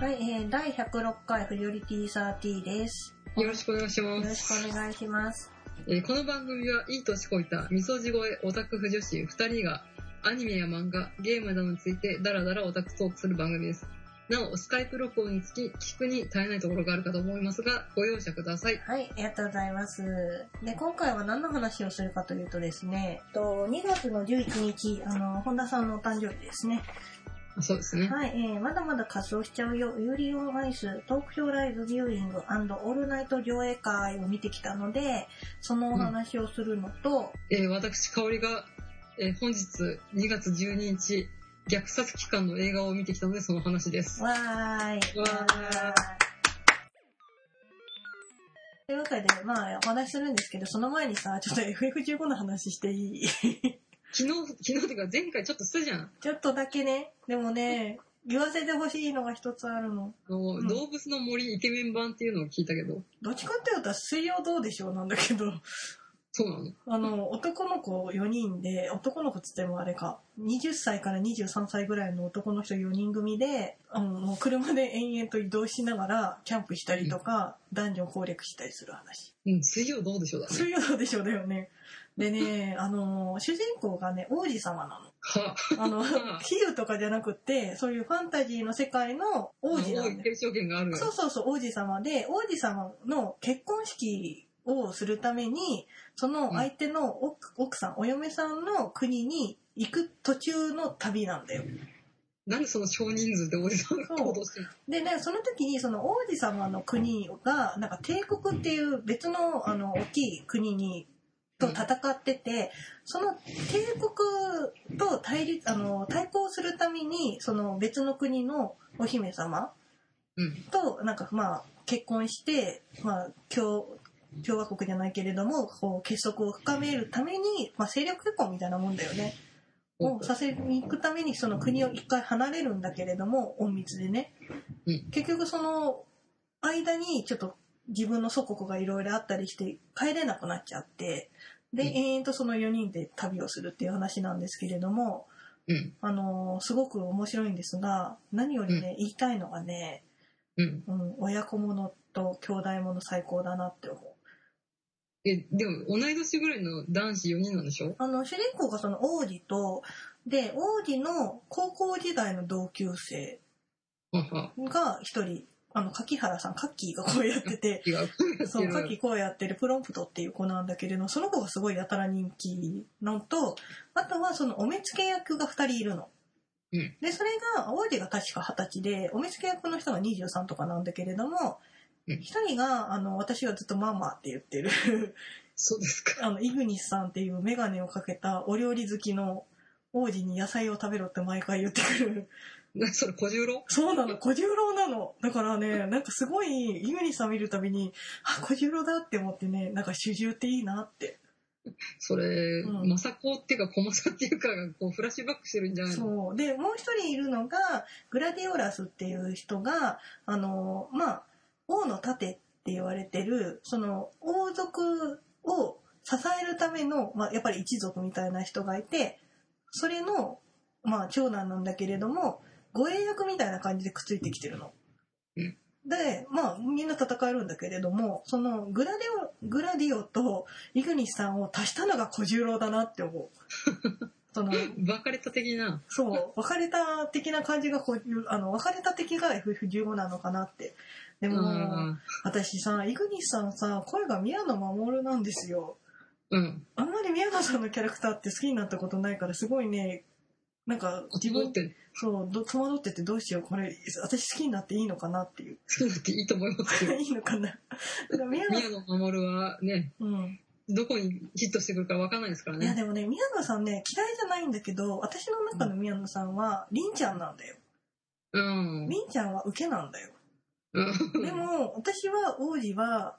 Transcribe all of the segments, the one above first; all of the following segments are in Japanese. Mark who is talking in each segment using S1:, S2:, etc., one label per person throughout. S1: はい、えー、第106回フリオリティサーティです。
S2: よろしくお願いします。
S1: よろしくお願いします。
S2: えー、この番組はいい年こいた、みそじ声オタク婦女子2人が、アニメや漫画、ゲームなどについてダラダラオタクトークする番組です。なお、スカイプ録音につき、聞くに耐えないところがあるかと思いますが、ご容赦ください。
S1: はい、ありがとうございます。で、今回は何の話をするかというとですね、と2月の11日、あの、本田さんのお誕生日ですね。
S2: そうですね。
S1: はい、えー、まだまだ活動しちゃうよ、ユーリオンアイス、東京ライブビューイングオールナイト上映会を見てきたので、そのお話をするのと、
S2: うん、えー、私、香りが、えー、本日2月12日、虐殺期間の映画を見てきたので、その話です。
S1: わーい。
S2: わーい。
S1: というわけで、まあ、お話しするんですけど、その前にさ、ちょっと FF15 の話していい
S2: 昨日、昨日というか前回ちょっとしたじゃん。
S1: ちょっとだけね。でもね、言わせてほしいのが一つあるの。
S2: 動物の森イケメン版っていうのを聞いたけど。うん、
S1: どっちかっていうと、水曜どうでしょうなんだけど。
S2: そうなの
S1: あの、男の子4人で、男の子つってもあれか、20歳から23歳ぐらいの男の人4人組で、あの車で延々と移動しながら、キャンプしたりとか、うん、ダンジョン攻略したりする話。
S2: うん、水曜どうでしょうだね。
S1: 水曜どうでしょうだよね。でね、あの、主人公がね、王子様なの。あの、比喩とかじゃなくて、そういうファンタジーの世界の王子なん
S2: だよ。
S1: そうそうそう、王子様で、王子様の結婚式をするために、その相手の奥,うん、奥さん、お嫁さんの国に行く途中の旅なんだよ。
S2: なんでその少人数で王子様が行動してる
S1: でね、その時にその王子様の国が、なんか帝国っていう別のあの大きい国にと戦ってて、その帝国と対立、あの、対抗するために、その別の国のお姫様と、なんかまあ、結婚して、まあ、共、共和国じゃないけれども、こう、結束を深めるために、まあ、勢力結婚みたいなもんだよね。をさせに行くために、その国を一回離れるんだけれども、隠密でね。結局その、間にちょっと自分の祖国がいろいろあったりして帰れなくなっちゃってで、うん、延々とその4人で旅をするっていう話なんですけれども、
S2: うん、
S1: あのー、すごく面白いんですが何よりね、うん、言いたいのがね、
S2: うん
S1: うん、親子ものと兄弟もの最高だなって思う。
S2: えでも同い年ぐらいの男子4人なんでしょ
S1: あの主人公がその王子とで王子の高校時代の同級生が1人あの、柿原さん、カッキーがこうやって て、そう、カッキーこうやってるプロンプトっていう子なんだけれど、その子がすごいやたら人気のと、あとはそのお目付け役が2人いるの。
S2: うん、
S1: で、それが、王子が確か20歳で、お目付け役の人が23とかなんだけれども、うん、1人が、あの、私はずっとママって言ってる
S2: そうですか。
S1: あの、イグニスさんっていうメガネをかけたお料理好きの王子に野菜を食べろって毎回言ってくる
S2: なそれ小十郎
S1: そうなの、小十郎なの。だからね、なんかすごい、イグニさん見るたびに、あ、小十郎だって思ってね、なんか主従っていいなって。
S2: それ、うん、マサコっていうか小マサっていうかこうフラッシュバックしてるんじゃない
S1: そう。で、もう一人いるのが、グラディオラスっていう人が、あの、まあ、王の盾って言われてる、その、王族を支えるための、まあ、やっぱり一族みたいな人がいて、それの、まあ、長男なんだけれども、護衛役みたいな感じでくっついてきてるの。
S2: うん、
S1: で、まあ、みんな戦えるんだけれども、そのグラデオ、グラディオとイグニスさんを足したのが小十郎だなって思う。
S2: その、別れた的な。
S1: そう、別れた的な感じが、あの、別れた的が FF15 なのかなって。でも、私さ、イグニスさんさ、声が宮野真守なんですよ。
S2: うん。
S1: あんまり宮野さんのキャラクターって好きになったことないから、すごいね、なんか自分ってそうど戸惑っててどうしようこれ私好きになっていいのかなっていう
S2: 好きになっていいと思いますよ
S1: いいのかな
S2: 宮野守はね、
S1: うん、
S2: どこにヒットしてくるか分かんないですからね
S1: いやでもね宮野さんね嫌いじゃないんだけど私の中の宮野さんは凛、うん、ちゃんなんだよ
S2: うん
S1: 凛ちゃんは受けなんだよ、うん、でも私は王子は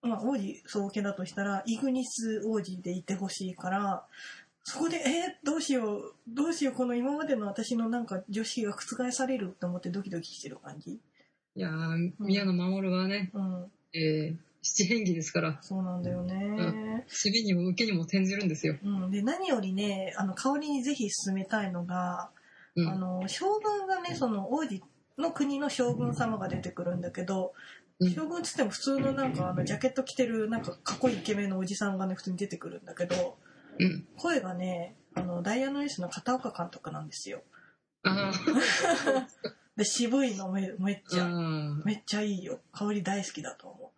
S1: まあ王子総受けだとしたらイグニス王子でいてほしいからそこで、えー、どうしよう、どうしよう、この今までの私のなんか女子が覆されると思ってドキドキしてる感じ。
S2: いやー、宮野守はね、
S1: うん、
S2: えー、七変化ですから。
S1: そうなんだよね。
S2: 守、う、備、ん、にも受けにも転じるんですよ。
S1: うん、で、何よりね、あの、香りにぜひ進めたいのが、うん、あの、将軍がね、その王子の国の将軍様が出てくるんだけど、
S2: うん
S1: 将軍っつっても普通のなんかあのジャケット着てるなんかかっこいいイケメンのおじさんがね普通に出てくるんだけど
S2: うん。
S1: 声がねあのダイアナエースの片岡監督なんですよ
S2: あー
S1: で渋いのめめっちゃ、
S2: あー。
S1: めっちゃいいよ香り大好きだと思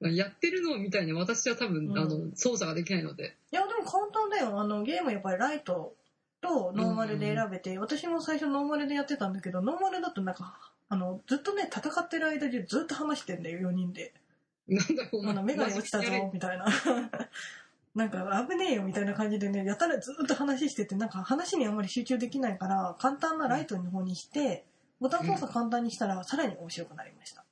S1: う
S2: やってるのを見たいね。私は多分、
S1: うん
S2: あの、操作ができないので。
S1: いやでも簡単だよあのゲームやっぱりライトとノーマルで選べて、私も最初ノーマルでやってたんだけどノーマルだとなんかあのずっとね戦ってる間中ずっと話してんだよ4人で
S2: なんだこ
S1: あの、
S2: の
S1: メガネ落ちたぞ、みたいな。 なんか、危ねえよ、みたいな感じでね、やたらずっと話してて、なんか話にあんまり集中できないから、簡単なライトの方にして、ボタン操作簡単にしたら、さらに面白くなりました。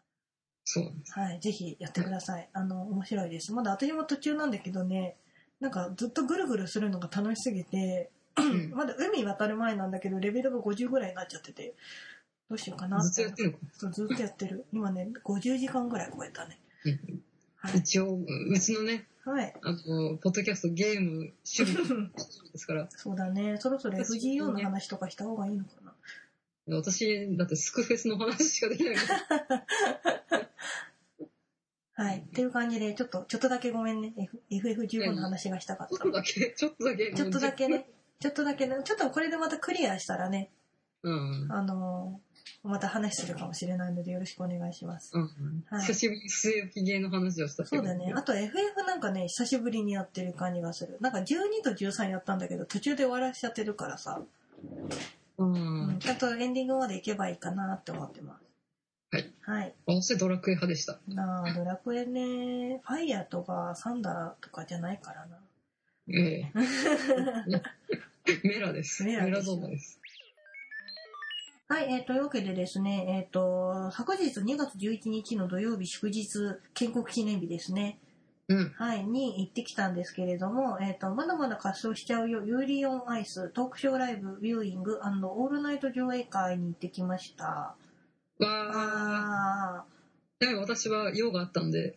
S2: そう。
S1: はい、ぜひやってください。あの、面白いです。まだ私も途中なんだけどね、なんかずっとぐるぐるするのが楽しすぎて、
S2: うん
S1: まだ海渡る前なんだけど、レベルが50ぐらいになっちゃってて、どうしようかな
S2: ずっとやってるのか。
S1: そうずっとやってる。今ね、50時間ぐらい超えたね。
S2: うん
S1: はい。
S2: 一応、うちのね、
S1: はい。
S2: あの、ポッドキャストゲーム、趣味ですから、
S1: そうだね。そろそろ FGO の話とかした方がいいのかな。
S2: 私、だってスクフェスの話しかできな いから。
S1: はい。っていう感じで、ちょっと、ちょっとだけごめんね。F- FF15 の話がしたかっ
S2: ちょったと。だけ、ちょっとだけ。
S1: ちょっとだけね。ちょっとだけね。ちょっとこれでまたクリアしたらね、
S2: うん。
S1: あのーまた話するかもしれないのでよろしくお願いします。
S2: うん。
S1: はい
S2: 久しぶりに末置きゲーの話をしたけ
S1: そ
S2: ど。
S1: うだね。あと FF なんかね、久しぶりにやってる感じがする。なんか12と13やったんだけど、途中で終わらしちゃってるからさ、
S2: う
S1: うん、
S2: ん。
S1: ちゃんとエンディングまで行けばいいかなって思ってます。
S2: はい。
S1: はい。
S2: 私ドラクエ派でした。
S1: なあ、ドラクエね、ファイヤーとかサンダーとかじゃないからな。
S2: え え。メラです。
S1: メ
S2: メ
S1: ラです
S2: ラゾーマです。
S1: はい、えー、というわけでですね、えっ、と、昨日2月11日の土曜日祝日、建国記念日ですね。
S2: うん。
S1: はい、に行ってきたんですけれども、えっ、と、まだまだ滑走しちゃうよ、ユーリオンアイス、トークショーライブ、ビューイング、オールナイト上映会に行ってきました。
S2: わ
S1: あ
S2: あ。でも私は用があったんで、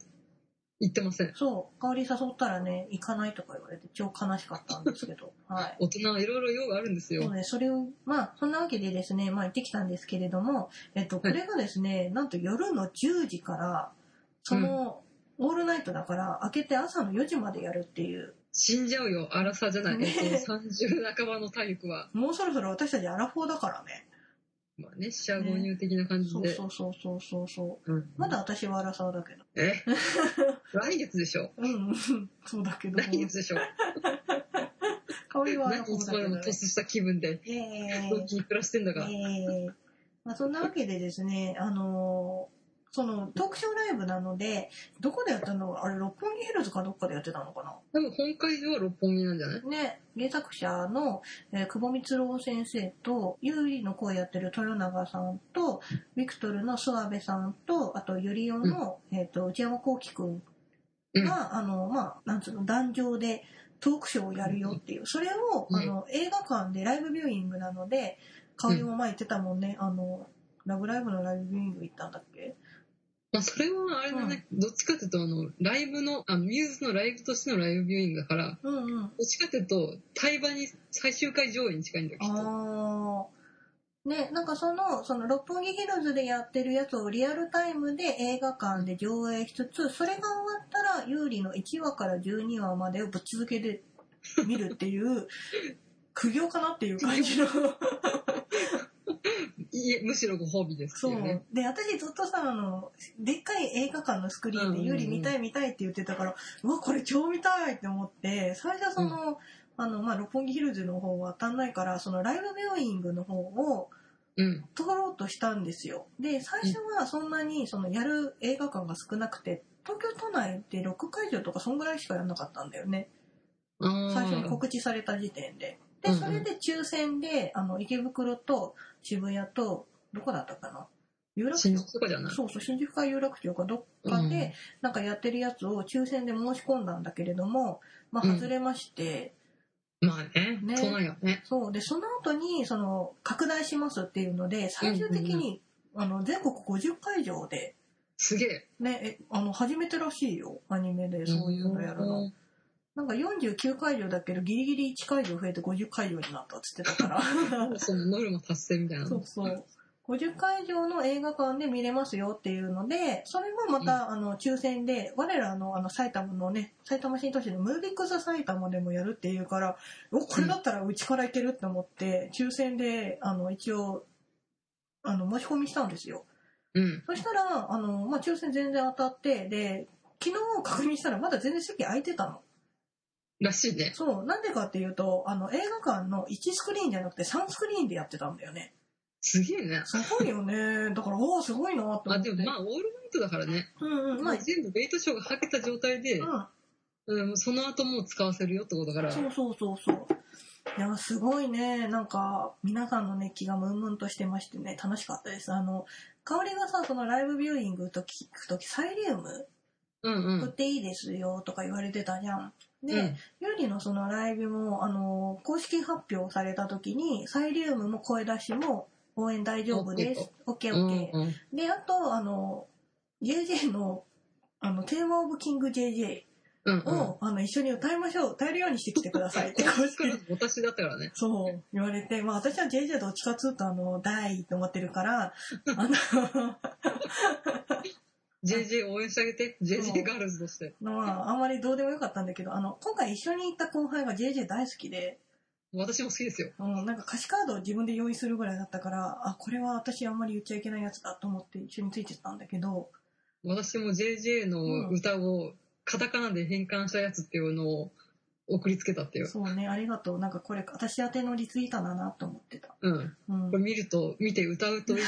S2: 行ってません
S1: ー、。そう、香り誘ったらね、行かないとか言われて、超悲しかったんですけ ど、はい。
S2: 大人はいろいろ用があるんです
S1: そう
S2: よ。
S1: ね、それを、まあ、そんなわけでですね、まあ、行ってきたんですけれども、えっと、これがですね、なんと夜の10時から、その、オールナイトだから、明けて朝の4時までやるっていう、
S2: 死んじゃうよ、荒さじゃない。
S1: ね
S2: えっと、30半ばの体力は、
S1: もうそろそろ私たちアラフォーだからね。
S2: まあね、死者購入的な感じ
S1: そう
S2: で。
S1: そうそうそうそうそう。
S2: うん
S1: まだ私はアラサーだけど。
S2: え 来月でしょ
S1: うん、うんそうだけど。
S2: 来月でしょ
S1: 香りはアラ
S2: 何
S1: フォ
S2: 日
S1: ーだ
S2: までも
S1: けど
S2: 突出。した気分で、
S1: ええ
S2: 同期に暮らしてんだが。
S1: ええまあ、そんなわけでですね、あのーそのトークショーライブなので、どこでやったのあれ、六本木ヒルズかどっかでやってたのかな
S2: 多分本会場は六本木なんじゃない
S1: ね、原作者の、えー久保光郎先生と、優里の声やってる豊永さんと、ビクトルの諏訪部さんと、あと、ユリオンの、えっと、内山幸輝くん
S2: うん
S1: が、あの、まあ、なんつうの、壇上でトークショーをやるよっていう。それを、
S2: うん
S1: あの、映画館でライブビューイングなので、香りも前言ってたもんね、あの、ラブライブのライブビューイング行ったんだっけ
S2: まあ、それはあれだね、どっちかっていうと、あの、ライブの、あのミューズのライブとしてのライブビューイングだから、
S1: うんうん。
S2: どっちかっていうと、対話に最終回上位に近いんだよ、きっと。
S1: ああ。ね、なんかその、その、六本木ヒルズでやってるやつをリアルタイムで映画館で上映しつつ、それが終わったら、有利の1話から12話までをぶっ続けで見るって いう、苦行かなっていう感じの。
S2: いえ、むしろご褒美です
S1: そ
S2: っていうね
S1: う。。で、私ずっとさ、あの、でっかい映画館のスクリーン
S2: うんう
S1: で、
S2: んうん
S1: ユリ見たい見たいって言ってたから、うわ、これ超見たいって思って、最初その、あの、まあ、六本木ヒルズの方は当たんないから、そのライブビューイングの方を
S2: うん。
S1: 通ろうとしたんですよ。で、最初はそんなに、その、やる映画館が少なくて、東京都内で6会場とかそんぐらいしかやんなかったんだよね。
S2: あー
S1: 最初に告知された時点で。
S2: う
S1: で、
S2: んうん
S1: それで抽選で、あの、池袋と渋谷と、どこだったかな有楽町
S2: 新宿とかじゃない
S1: そうそう、新宿か有楽町かどっかで、なんかやってるやつを抽選で申し込んだんだけれども、まあ、
S2: うん
S1: 外れまして、
S2: まあね、
S1: ね
S2: 都内はね。
S1: そう、で、その後に、その、拡大しますっていうので、最終的に、あの、全国50会場で、
S2: すげえ。
S1: ね、え、あの、初めてらしいよ、アニメでそういうのやるの。なんか49会場だけど、ギリギリ1会場増えて50会場になったっつってたから。
S2: うんそのノルマ達成みたいなの。
S1: そうそう。 50会場の映画館で見れますよっていうので、それもまた、あの、抽選で、我らの、あの、埼玉のね、埼玉新都市のムービックス埼玉でもやるっていうから、お、これだったらうちから行けるって思って、抽選で、あの、一応、あの、申し込みしたんですよ。
S2: うん。
S1: そしたら、あの、まあ、抽選全然当たって、で、昨日確認したらまだ全然席空いてたの。
S2: らしいね。
S1: そう、なんでかっていうと、あの、映画館の1スクリーンじゃなくて3スクリーンでやってたんだよね。
S2: すげえね。
S1: すごいよね。だから、おお、すごいなって思
S2: あ、
S1: って。
S2: でもまあ、オールナイトだからね。
S1: うんうん、ま
S2: ま
S1: あ、
S2: あ、全部ベイトショーがはけた状態で、
S1: う
S2: うん、その後もう使わせるよってことだから。
S1: ん、そうそうそうそう。いや、すごいね。なんか、皆さんの熱気がムンムンとしてましてね、楽しかったです。あの、香りがさ、そのライブビューイングと聞くとき、サイリウム
S2: うんう
S1: 売っ
S2: ん。
S1: ていいですよとか言われてたじゃん。で、
S2: うん
S1: ユーリのそのライブも、あの、公式発表されたときに、サイリウムも声出しも応援大丈夫です。オッケーオッケー。
S2: うんうん
S1: で、あと、あの、JJ の、あの、テーマオブキング JJ
S2: うんうん。
S1: を、あの、一緒に歌いましょう、歌えるようにしてきてください って、公式
S2: だから私だったからね。
S1: そう、言われて、まあ私は JJ はどっちかっつうと、あの、大と思ってるから、あの、
S2: JJ 応援してあげて。JJ ガールズとして。
S1: のまあ、あんまりどうでもよかったんだけど、あの、今回一緒に行った後輩が JJ 大好きで、
S2: 私も好きですよ。
S1: うん、なんか歌詞カードを自分で用意するぐらいだったから、あ、これは私あんまり言っちゃいけないやつだと思って一緒についてたんだけど、
S2: 私も JJ の歌をカタカナで変換したやつっていうのを送りつけたっていう。
S1: そうね、ありがとう。なんかこれ、私宛てのリツイートだなと思ってた。
S2: うん。
S1: うん
S2: これ見ると、見て歌うといいよ。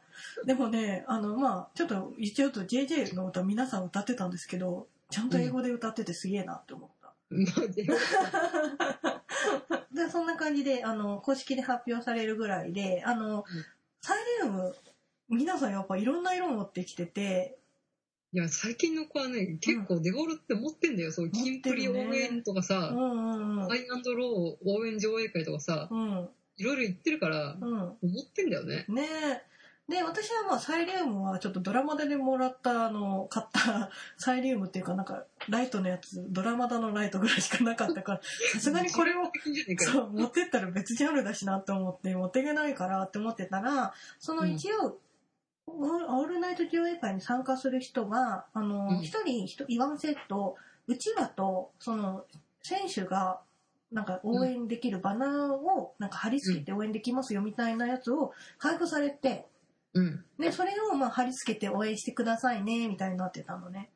S1: でもね、あの、まあ、ちょっと一応と JJ の歌皆さん歌ってたんですけど、ちゃんと英語で歌っててすげえなって思った。
S2: マジで。
S1: で、そんな感じで、あの、公式で発表されるぐらいで、あの、サイリウム、皆さんやっぱいろんな色持ってきてて、
S2: いや、最近の子はね、結構デフォルって持ってんだよ。そう、
S1: 持
S2: キ
S1: っ
S2: ン
S1: て
S2: プ
S1: るね
S2: リ応援とか
S1: う
S2: さ、
S1: んうんうん。
S2: ハイアンドロー応援上映会とかさ、
S1: うん、
S2: いろいろ言ってるから、
S1: うん。
S2: 持ってんだよね。
S1: ねえ。で、私はまあ、サイリウムはちょっとドラマでもらった、あの、買ったサイリウムっていうかなんか、ライトのやつ、ドラマだのライトぐらいしかなかったから、さすがにこれを
S2: 的じゃねえか
S1: そう、持ってったら別ジャンルだしなって思って、持っていけないからって思ってたら、その一応、オールオールナイト上映会に参加する人が、あ
S2: う
S1: の、
S2: ん
S1: 一、人一人、イワンセット、うちわと、その、選手が、なんか応援できるバナーを、なんか貼り付けて応援できますよみたいなやつを配布されて、
S2: うん。
S1: で、それをまあ貼り付けて応援してくださいね、みたいになってたのね。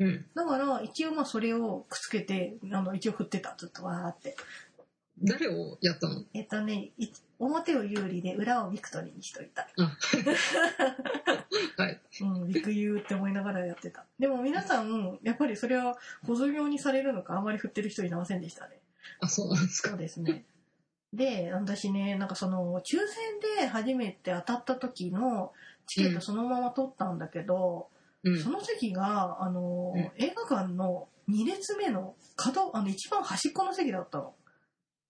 S2: うん。
S1: だから、一応まあそれをくっつけて、あの、一応振ってた、ずっとわーって。
S2: 誰をやったの
S1: えっとね、い表を有利で裏をビクトリーにしといた。
S2: はい。
S1: うん、ビクユーって思いながらやってた。でも皆さん、やっぱりそれは保存用にされるのか、あまり振ってる人いませんでしたね。
S2: あ、そうなんです
S1: そう
S2: か。
S1: ですね。で、私ね、なんかその、抽選で初めて当たった時のチケッ
S2: う
S1: ト
S2: ん
S1: そのまま取ったんだけど、
S2: うん。
S1: その席が、あの、
S2: うん
S1: 映画館の2列目の角、あの、一番端っこの席だったの。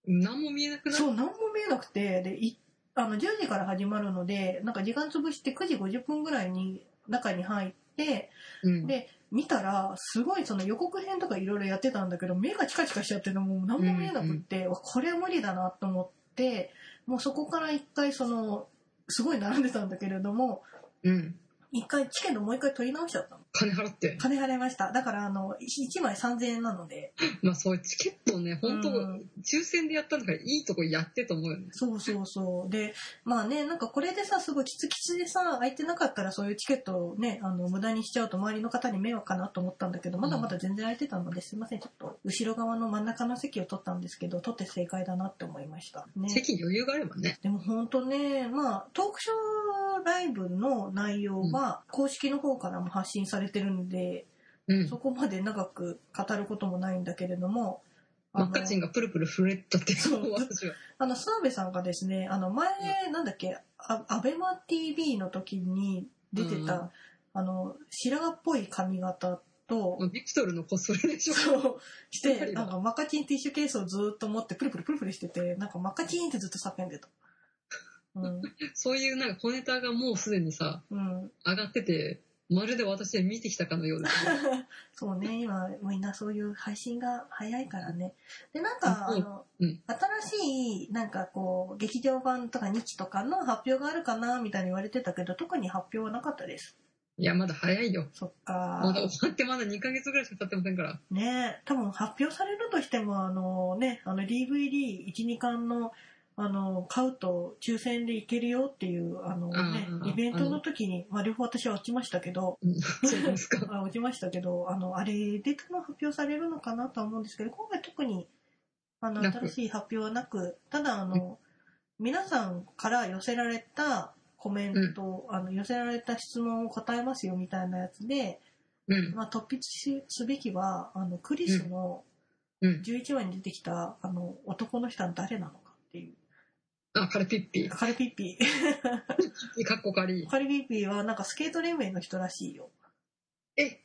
S2: 何も見えなくなる。
S1: そう、何も見えなくて、で、いあの、10時から始まるので、なんか時間潰して9時50分ぐらいに中に入って、
S2: うん。
S1: で、見たら、すごいその予告編とかいろいろやってたんだけど、目がチカチカしちゃってて、もう何も見えなくって、わこれは無理だなと思って、もうそこから一回その、すごい並んでたんだけれども、
S2: うん。
S1: 一回チケットもう一回取り直しちゃったの。
S2: 金払って。
S1: 金払いました。だからあの、1枚3000円なので、
S2: まあそういうチケットをね、本当、
S1: うん
S2: 抽選でやったんだからいいとこやってと思うよね。
S1: そうそうそう。で、まあね、なんかこれでさ、すごいキツキツでさ、空いてなかったらそういうチケットをね、あの、無駄にしちゃうと周りの方に迷惑かなと思ったんだけど、まだまだ全然空いてたので、すいません、ちょっと、後ろ側の真ん中の席を取ったんですけど、取って正解だなって思いました。ね。
S2: 席に余裕があればね。
S1: でもほんとね、まあ、トークショーライブの内容は、公式の方からも発信されてるんで、
S2: うん
S1: そ。こまで長く語ることもないんだけれども、
S2: マッカチンがプルプル震えたって、
S1: そ
S2: そうう、私は。
S1: あの、諏訪部さんがですね、あの、前、なんだっけ、あアベマ TV の時に出てた、
S2: うん
S1: あの、白髪っぽい髪型と、
S2: もうビクトルのこっそりでしょ。
S1: そうして、
S2: うん
S1: なんかマカチンティッシュケースをずーっと持って、プルプルプルプルしてて、なんかマカチンってずっと叫んでた。うん。
S2: そういうなんか小ネタがもうすでにさ、
S1: うん。
S2: 上がってて、まるで私は見てきたかの ようですね。
S1: そうね、今、みんなそういう配信が早いからね。で、なんか、
S2: うん
S1: あの、
S2: うん
S1: 新しい、なんかこう、劇場版とか2期とかの発表があるかな、みたいに言われてたけど、特に発表はなかったです。
S2: いや、まだ早いよ。
S1: そっ
S2: ま
S1: か
S2: だ。終わってまだ2ヶ月ぐらいしか経ってませんから。
S1: ね多分発表されるとしても、あのね、あの DVD1、2巻の、あの、買うと抽選でいけるよっていう、あのね
S2: うんうんう、ん
S1: イベントの時に、まあ両方私は落ちましたけど、
S2: うんそうですか。
S1: あ落ちましたけど、あの、あれで多分発表されるのかなとは思うんですけど、今回特に、あの、
S2: なく
S1: 新しい発表はなく、ただあの、皆さんから寄せられたコメント、あの、寄せられた質問を答えますよみたいなやつで、
S2: うん。
S1: まあ、突筆しすべきは、あの、クリスの
S2: うん。
S1: 11話に出てきた、あの、男の人は誰なのかっていう。
S2: あ、カルピッピ。
S1: カルピッピ。
S2: かっこかり。
S1: カルピッピはなんかスケート連盟の人らしいよ。
S2: え、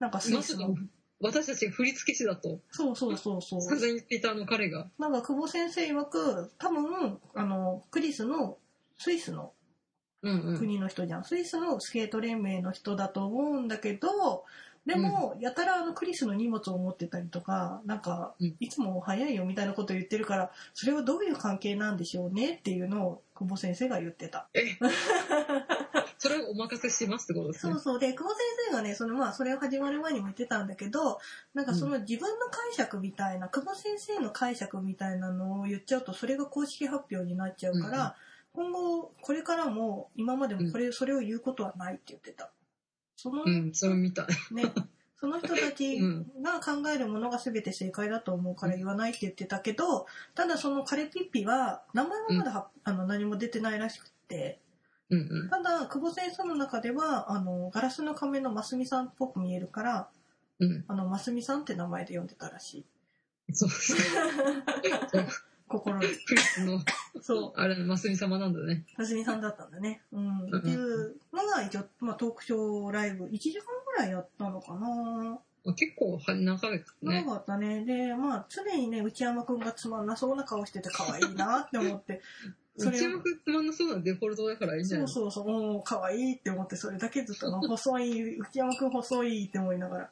S1: なんかスイ
S2: まさ
S1: ス
S2: か
S1: の。
S2: 私たち振付師だと。
S1: そうそうそう そう。
S2: 散々言っていたあの彼が。
S1: なんか久保先生曰く多分あのクリスのスイスの
S2: うんうん。
S1: 国の人じゃん、スイスのスケート連盟の人だと思うんだけどでも、やたらあのクリスの荷物を持ってたりとかなんか
S2: うん
S1: いつも早いよみたいなこと言ってるからそれはどういう関係なんでしょうねっていうのを久保先生が言ってた。
S2: えそれはお任せしますってことです
S1: そ
S2: ね
S1: う。そうで久保先生がねそのまあそれを始まる前にも言ってたんだけどなんかその自分の解釈みたいな、久保先生の解釈みたいなのを言っちゃうとそれが公式発表になっちゃうから、今後これからも今までもこれ、それを言うことはないって言ってた。その
S2: うん、それ見た。
S1: ね、 その人たち
S2: うん
S1: が考えるものが全て正解だと思うから言わないって言ってたけど、ただそのカレピッピは名前はまだは、あの何も出てないらしくって、
S2: うんうん。
S1: ただ久保先生の中ではあのガラスの仮面のますみさんっぽく見えるから、
S2: うん。
S1: あのますみさんって名前で呼んでたらしい。
S2: そうそう。
S1: 心で。
S2: クリスの、
S1: そう。
S2: あれ、マスミ様なんだね。
S1: なずみさんだったんだね。うん。
S2: うん
S1: っていうのが一応、まあ、トークショーライブ、1時間ぐらいやったのかな。
S2: 結構、は長いです
S1: 長
S2: ね。
S1: かったね。で、まあ、常にね、内山くんがつまんなそうな顔してて可愛いなって思 って、それ
S2: 内山くんつまんなそうなデフォルトだからいいじゃ
S1: そ
S2: ないう
S1: そうそう、もう可愛いって思って、それだけずっと、まあ細い、内山くん細いって思いながら。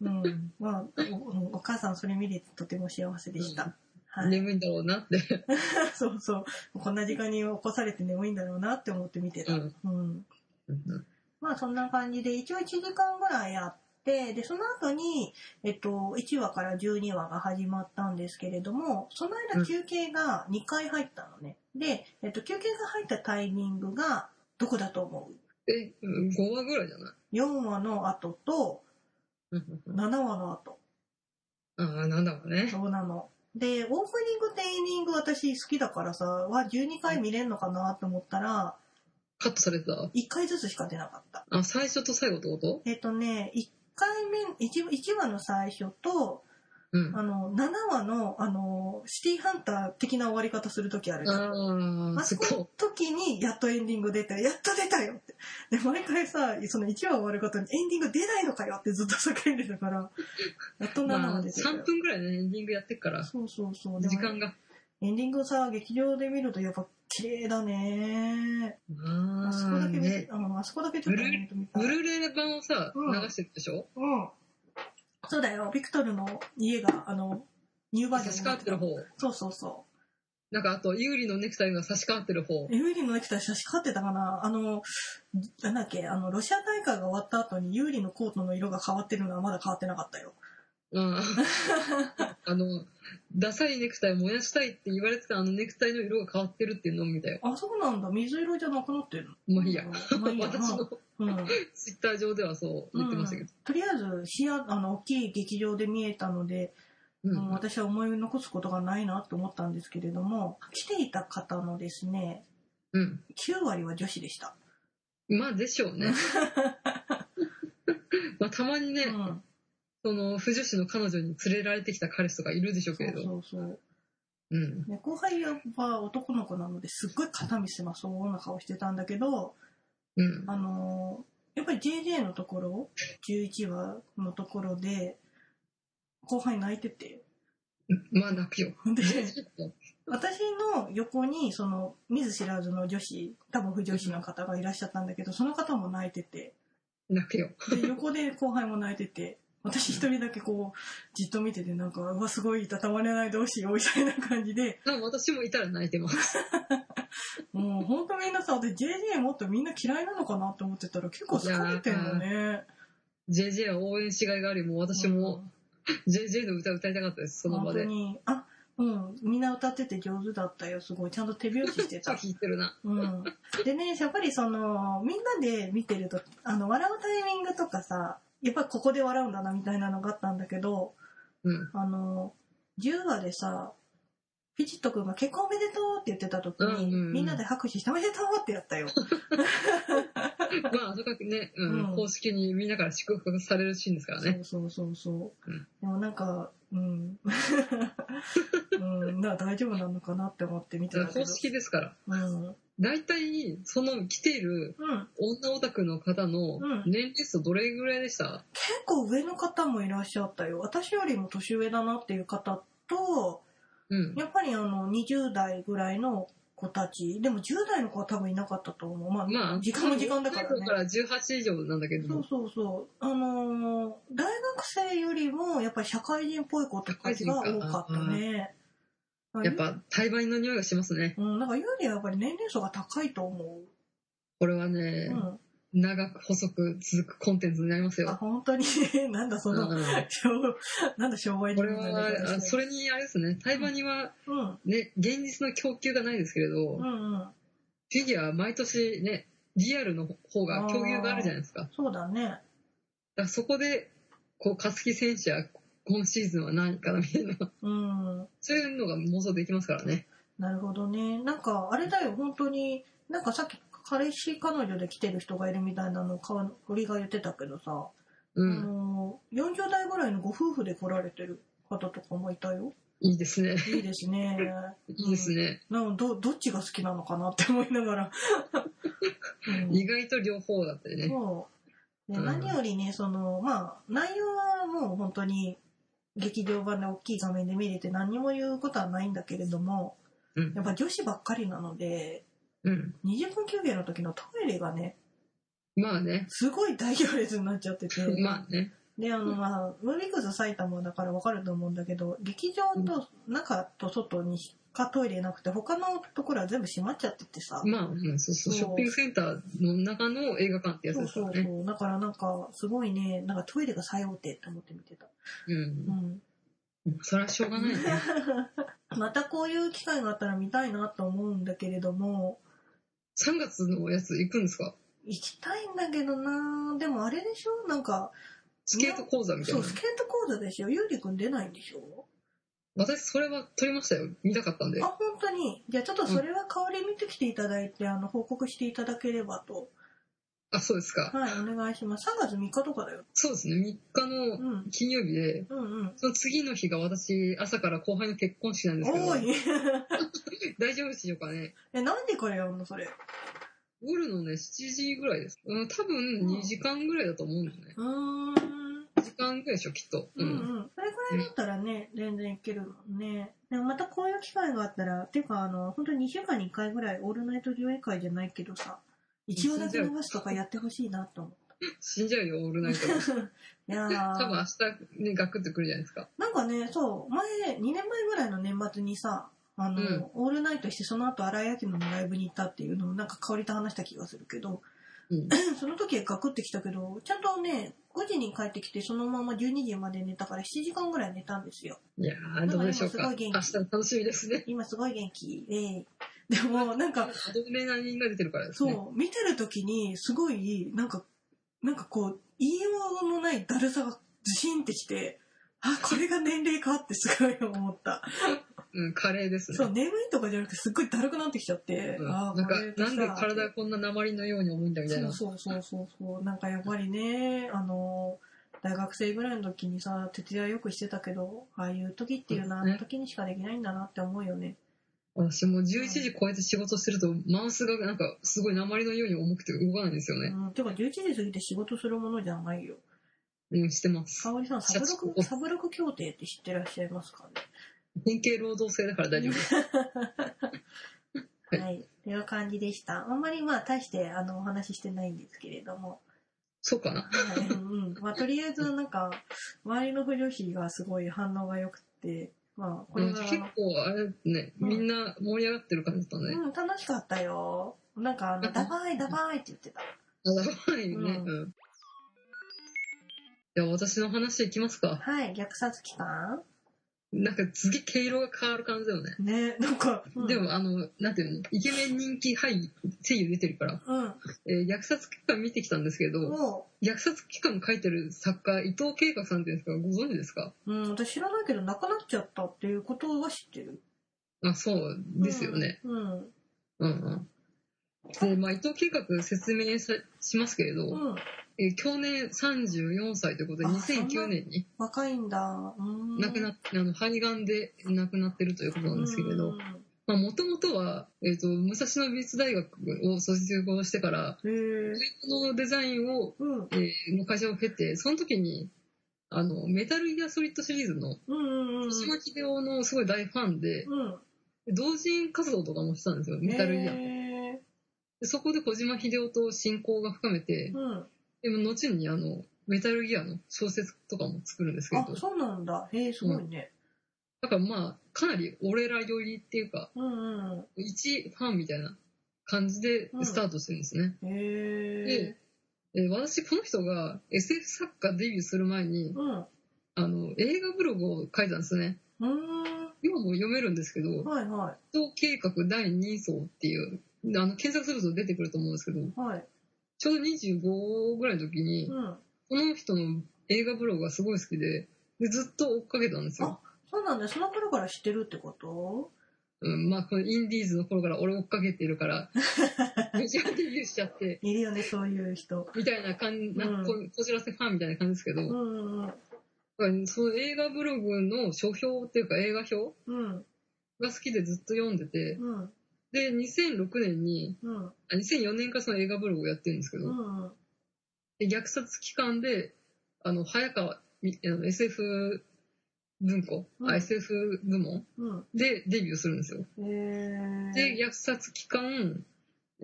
S1: うん。まあ、おうんお母さんそれ見れてとても幸せでした。はい。
S2: 眠いんだろうなって。
S1: そうそう。こんな時間に起こされて眠いんだろうなって思って見てた。
S2: うん
S1: うんまあそんな感じで、一応1時間ぐらいやって、で、その後に、えっと、1話から12話が始まったんですけれども、その
S2: う
S1: 間
S2: ん
S1: 休憩が2回入ったのね。で、えっと、休憩が入ったタイミングが、どこだと思
S2: え、5話ぐらいじゃないう
S1: ?4 話の後と、
S2: うんうんうん
S1: 7話の後。
S2: ああ、なんだろうね。
S1: そうなの。で、オープニングとエンディング私好きだからさ、は12回見れるのかなと思ったら、
S2: カットされてた。
S1: 1回ずつしか出なかった。
S2: あ、最初と最後ってこと
S1: えっとね、1回目、1, 1話の最初と、
S2: うん。
S1: あの、7話の、あの、シティハンター的な終わり方するときあるじゃん。
S2: あ
S1: あ
S2: あ、す
S1: そ
S2: ごい。
S1: この時に、やっとエンディング出て、やっと出たよって。で、毎回さ、その1話終わることにエンディング出ないのかよってずっと叫んでたから、やっと7
S2: ま
S1: 話
S2: あ、
S1: 出てたよ
S2: 3分ぐらいね、エンディングやってっから、
S1: そうそうそう。で
S2: 時
S1: も
S2: 間が。
S1: エンディングさ、劇場で見るとやっぱ綺麗だね。あ
S2: あ
S1: そこだ
S2: あ、
S1: け見、
S2: ね。
S1: あのあそこだけちょっと見てみた
S2: ブ
S1: い。
S2: ルーレイ版をさ、
S1: うん
S2: 流してるでしょ
S1: うん。そうだよ、ビクトルの家が、あの、ニューバージョン
S2: 差し
S1: に
S2: 替
S1: なっ
S2: わってて
S1: た
S2: る方。
S1: そうそうそう。
S2: なんかあと、ユーリのネクタイが差し替わってる方。
S1: ユーリのネクタイ写真買ってたかなあの、なんだっけ、あの、ロシア大会が終わった後にユーリのコートの色が変わってるのはまだ変わってなかったよ。
S2: ああ あの、ダサいネクタイ燃やしたいって言われてたあのネクタイの色が変わってるっていうのを見たよ。
S1: あ、そうなんだ。水色じゃなくなってるの。
S2: まあいいや。
S1: まあいいや。
S2: 私の
S1: うん。
S2: ツイッター上ではそう言ってましたけど。
S1: とりあえず、視野、あの、大きい劇場で見えたので、
S2: う
S1: う
S2: ん
S1: ん私は思い残すことがないなと思ったんですけれども、来ていた方のですね、
S2: うん。
S1: 9割は女子でした。
S2: まあでしょう ね。まあたまにね、
S1: うん。
S2: その、不女子の彼女に連れられてきた彼氏とかいるでしょう
S1: そ
S2: けれ
S1: う
S2: ど。
S1: そうそう。
S2: うん。
S1: ね、後輩は男の子なのですっごい肩身狭そうな顔してたんだけど、
S2: うん。
S1: あのーやっぱり JJ のところ、11話のところで、後輩泣いてて。
S2: まあ 泣くよ。
S1: で、私の横に、その、見ず知らずの女子、多分不女子の方がいらっしゃったんだけど、その方も泣いてて。
S2: 泣くよ。
S1: で横で後輩も泣いてて私一人だけこうじっと見ててなんかうわすごいいたたまれないどうしようみたいな感じで
S2: でも私もいたら泣いてます。
S1: もう本当みんなさ私 JJ もっとみんな嫌いなのかなと思ってたら結構好かれてんのね
S2: JJ は応援しがいがあり、もう私も JJ の歌歌いたかったです、そ
S1: うん
S2: の
S1: 本
S2: 場
S1: 当
S2: で。
S1: にあうんみんな歌ってて上手だったよすごいちゃんと手拍子して
S2: ち
S1: た
S2: ょ っと弾いてるな。
S1: うん、でねやっぱりそのみんなで見てるとあの笑うタイミングとかさやっぱりここで笑うんだなみたいなのがあったんだけど
S2: うん。
S1: あの10話でさフィジット君が「結婚おめでとう」って言ってた時に、
S2: うんうんうん
S1: みんなで拍手して「おめでとう」ってやったよ。
S2: まあ、とかくね、う
S1: うん
S2: ん、公式にみんなから祝福されるシーンですからね。
S1: そうそうそうそう。
S2: うん
S1: でもなんか、うん。 うん、だから大丈夫なのかなって思って見てたけど
S2: 公。式ですか
S1: う
S2: ら。
S1: ん。
S2: 大体、その来ている
S1: うん。
S2: 女オタクの方の
S1: うん
S2: 年齢層どれぐらいでした、
S1: 結構上の方もいらっしゃったよ。私よりも年上だなっていう方と、
S2: うん。
S1: やっぱりあの、20代ぐらいの子たち。でも10代の子は多分いなかったと思う。まあ、
S2: まあ、
S1: 時間も時間だからね
S2: 北海道から18以上なんだけど
S1: そう
S2: も、
S1: そうそう。あのー大学生よりも、やっぱり社会人っぽい子って感じが多かったね。
S2: やっぱ、対バイの匂いがしますね。
S1: うん、なんかユーリはやっぱり年齢層が高いと思
S2: これは
S1: う。
S2: ね
S1: う、ん。
S2: 長く細く続くコンテンツになります
S1: あ、
S2: よ。
S1: 本当に、 なんだその、
S2: うん
S1: 昭 なんだ昭和に
S2: これは、あそれにあれですね、対バには
S1: うん、
S2: ね、現実の供給がないですけれど、
S1: う
S2: フ
S1: ん、うん。
S2: ィギュアは毎年ね、リアルの方が供給があるじゃないですか。だか
S1: そうだね。
S2: らそこで、こう、勝木選手は今シーズンは何かなみたいな、
S1: うん。
S2: そういうのが妄想できますからね。
S1: なるほどね。なんか、あれだよ、本当に、なんかさっき、彼氏、彼女で来てる人がいるみたいなのを、か堀が言ってたけどさ、
S2: う
S1: あ
S2: ん、
S1: のー、40代ぐらいのご夫婦で来られてる方とかもいた よ。
S2: いいですね。
S1: いいですね。
S2: いいですね。
S1: なんど、どっちが好きなのかなって思いながら。うん
S2: 意外と両方だったりね。
S1: そう。で
S2: うん
S1: 何よりね、その、まあ、内容はもう本当に、劇場版で大きい画面で見れて何にも言うことはないんだけれども、
S2: うん
S1: やっぱ女子ばっかりなので、
S2: うん。
S1: 20分休憩の時のトイレがね、
S2: まあね。
S1: すごい大行列になっちゃってて。
S2: まあね。
S1: で、あの、まあ、ムービークズ埼玉だからわかると思うんだけど、劇場と中と外にしかトイレなくて、他のところは全部閉まっちゃっててさ。
S2: まあ、うん、そう
S1: そ
S2: そう、
S1: う
S2: ショッピングセンターの中の映画館ってやつ
S1: そう
S2: ですか
S1: そ
S2: ら
S1: う
S2: ね。
S1: そう。だからなんか、すごいね、なんかトイレが最大手って思って見てた。
S2: うん
S1: う。ん。
S2: それはしょうが ないね。
S1: またこういう機会があったら見たいなと思うんだけれども、
S2: 3月のやつ行くんですか
S1: 行きたいんだけどなでもあれでしょなんか、
S2: スケート講座みたい
S1: そ
S2: な
S1: う、。スケート講座でしょゆうりくん出ないんでしょ
S2: 私、それは撮りましたよ。見たかったんで
S1: あ、。本当に。じゃあちょっとそれは香り見てきていただいて、あの、報告していただければと。
S2: あ、そうですか。
S1: はい、お願いします。3月3日とかだよ。
S2: そうですね。3日
S1: う
S2: の
S1: ん。
S2: 金曜日で、
S1: うんうん。
S2: その次の日が私、朝から後輩の結婚式なんですけど、
S1: 多い。
S2: 大丈夫でしょうかね。
S1: え、何時からやるのそれ。
S2: 夜のね、7時ぐらいです。うん、多分
S1: うん
S2: 2時間ぐらいだと思うんだよね。
S1: うーん。
S2: 2時間ぐらいでしょ、きっと。
S1: う
S2: うん。
S1: うんん。それくらいだったらね、全然いけるもんね。でもまたこういう機会があったら、っていうか、あの、本当に2週間に1回ぐらい、オールナイト上映会じゃないけどさ、一応だけ流すとかやってほしいなと思う。
S2: 死んじゃうよ、オー ルナイト。
S1: いやー
S2: 多分明日ね、ガクってくるじゃないですか。
S1: なんかね、そう、前、2年前ぐらいの年末にさ、あの、
S2: うん
S1: オールナイトして、その後、荒井明のライブに行ったっていうのを、なんか香りと話した気がするけど、
S2: うん。
S1: その時はガクってきたけど、ちゃんとね、5時に帰ってきて、そのまま12時まで寝たから7時間ぐらい寝たんですよ。
S2: いやー、どうでしょうか。
S1: なんか
S2: 明
S1: 今
S2: 日
S1: す
S2: 楽しみですね。
S1: 今すごい元気で、でもなん
S2: ア
S1: か、
S2: ドレナリンが出てるからですね。
S1: そう、見てる時に、すごい、なんか、なんかこう、言いようのないだるさがズシンってきて、あ、これが年齢かってすごい思った。
S2: うん、カレーですね。
S1: そう、眠いとかじゃなくて、すっごいだるくなってきちゃって、
S2: うん
S1: あ
S2: な
S1: ー
S2: んか
S1: これ、
S2: なんで
S1: さ
S2: 体がこんな鉛のように重いんだみたいな。
S1: そうそうそうそうそうなんかやっぱりねあの大学生ぐらいの時にさ徹夜よくしてたけどああいう時っていうのはあ
S2: ね
S1: の時にしかできないんだなって思うよね
S2: 私もう11時超えて仕事してると、マウスがなんかすごい鉛のように重くて動かないんですよね。
S1: うんてか11時過ぎて仕事するものじゃないよ
S2: うん、してます。
S1: 沙織さんサブ
S2: シャツ
S1: ロ
S2: こ
S1: ク
S2: こ
S1: サブロク協定って知ってらっしゃいますかね
S2: 変形労働制だから大丈 夫です。
S1: はい、という感じでしたあんまりまあ大してあのお話ししてないんですけれども
S2: そうかな。
S1: はいうんうんまあ、とりあえずなんか周りの不良比がすごい反応が良くて、まあ、これが、
S2: 結構、あれね、
S1: うん
S2: みんな盛り上がってる感じだったね。
S1: うん、楽しかったよなんかあの「ダバーイダバーイ」って言ってた
S2: あ、やばいね。
S1: う
S2: うんん。じゃあ私の話いきますか。
S1: はい虐殺期間
S2: なんか次毛色が変わる感じだよね。
S1: ねなんか、うん
S2: でも、あの、なんていうの、イケメン人気俳優、声優出てるから、
S1: うん
S2: えー虐殺期間見てきたんですけど、
S1: も
S2: 虐殺期間書いてる作家、伊藤慶華さんっていうんですか、ご存知ですか
S1: う、うん、私知らないけどなくなっちゃったっていうことは知ってる
S2: あ、そうですよね。
S1: うん
S2: うんうん。で、まあ、伊藤計画説明さしますけれど、
S1: うん、うん、
S2: えー去年34歳ということで、
S1: あそ
S2: 2009
S1: んな
S2: 年に
S1: 若いんだうん
S2: 亡くなっあの、肺がんで亡くなってるということなんですけれ
S1: う
S2: ど
S1: ん、
S2: まあ、もともとは、えっ、と、武蔵野美術大学を卒業してから、
S1: へえ
S2: このデザインを、
S1: うんうん
S2: えーの会社を経て、その時に、あの、メタルギアソリッドシリーズの、
S1: うんうん
S2: 星巻秀夫のすごい大ファンで、
S1: うん
S2: 同人活動とかもしてたんですよ、メタルギア。
S1: へえ
S2: でそこで小島秀夫と親交が深めて、
S1: うん
S2: でも後にあの、メタルギアの小説とかも作るんですけど
S1: あ、そうなんだへえすごいね
S2: だからまあ、かなり俺ら寄りっていうか、
S1: うんうん
S2: 一ファンみたいな感じでスタートしてるんですね。
S1: へえ
S2: で、えー私この人が SF 作家デビューする前に、
S1: うん
S2: あの、映画ブログを書いたんですね。
S1: うー
S2: 今も読めるんですけど
S1: ん、はいは
S2: 東計画第2層っていう、あの、検索すると出てくると思うんですけど、
S1: いはい
S2: ちょうど25ぐらいの時に、
S1: うん
S2: この人の映画ブログがすごい好きで、でずっと追っかけたんですよ。
S1: そうなんだその頃から知ってるってこと
S2: うん、まあ、このインディーズの頃から俺追っかけてる から、メジャーデビューしちゃって、
S1: いるよねそういう人
S2: みたいな感じ、なんかここじらせファンみたいな感じですけど、
S1: うんうん
S2: その映画ブログの書評っていうか映画表
S1: うん
S2: が好きでずっと読んでて、
S1: うん
S2: で、2006年に、
S1: うん
S2: あ2004年からその映画ブログをやってるんですけ
S1: う
S2: ど、
S1: んうん
S2: で虐殺期間で、あの、早川、みあの SF 文庫、
S1: うん
S2: あ SF 部門
S1: うん
S2: でデビューするんですよ。
S1: へ
S2: で、
S1: え
S2: 虐殺期間、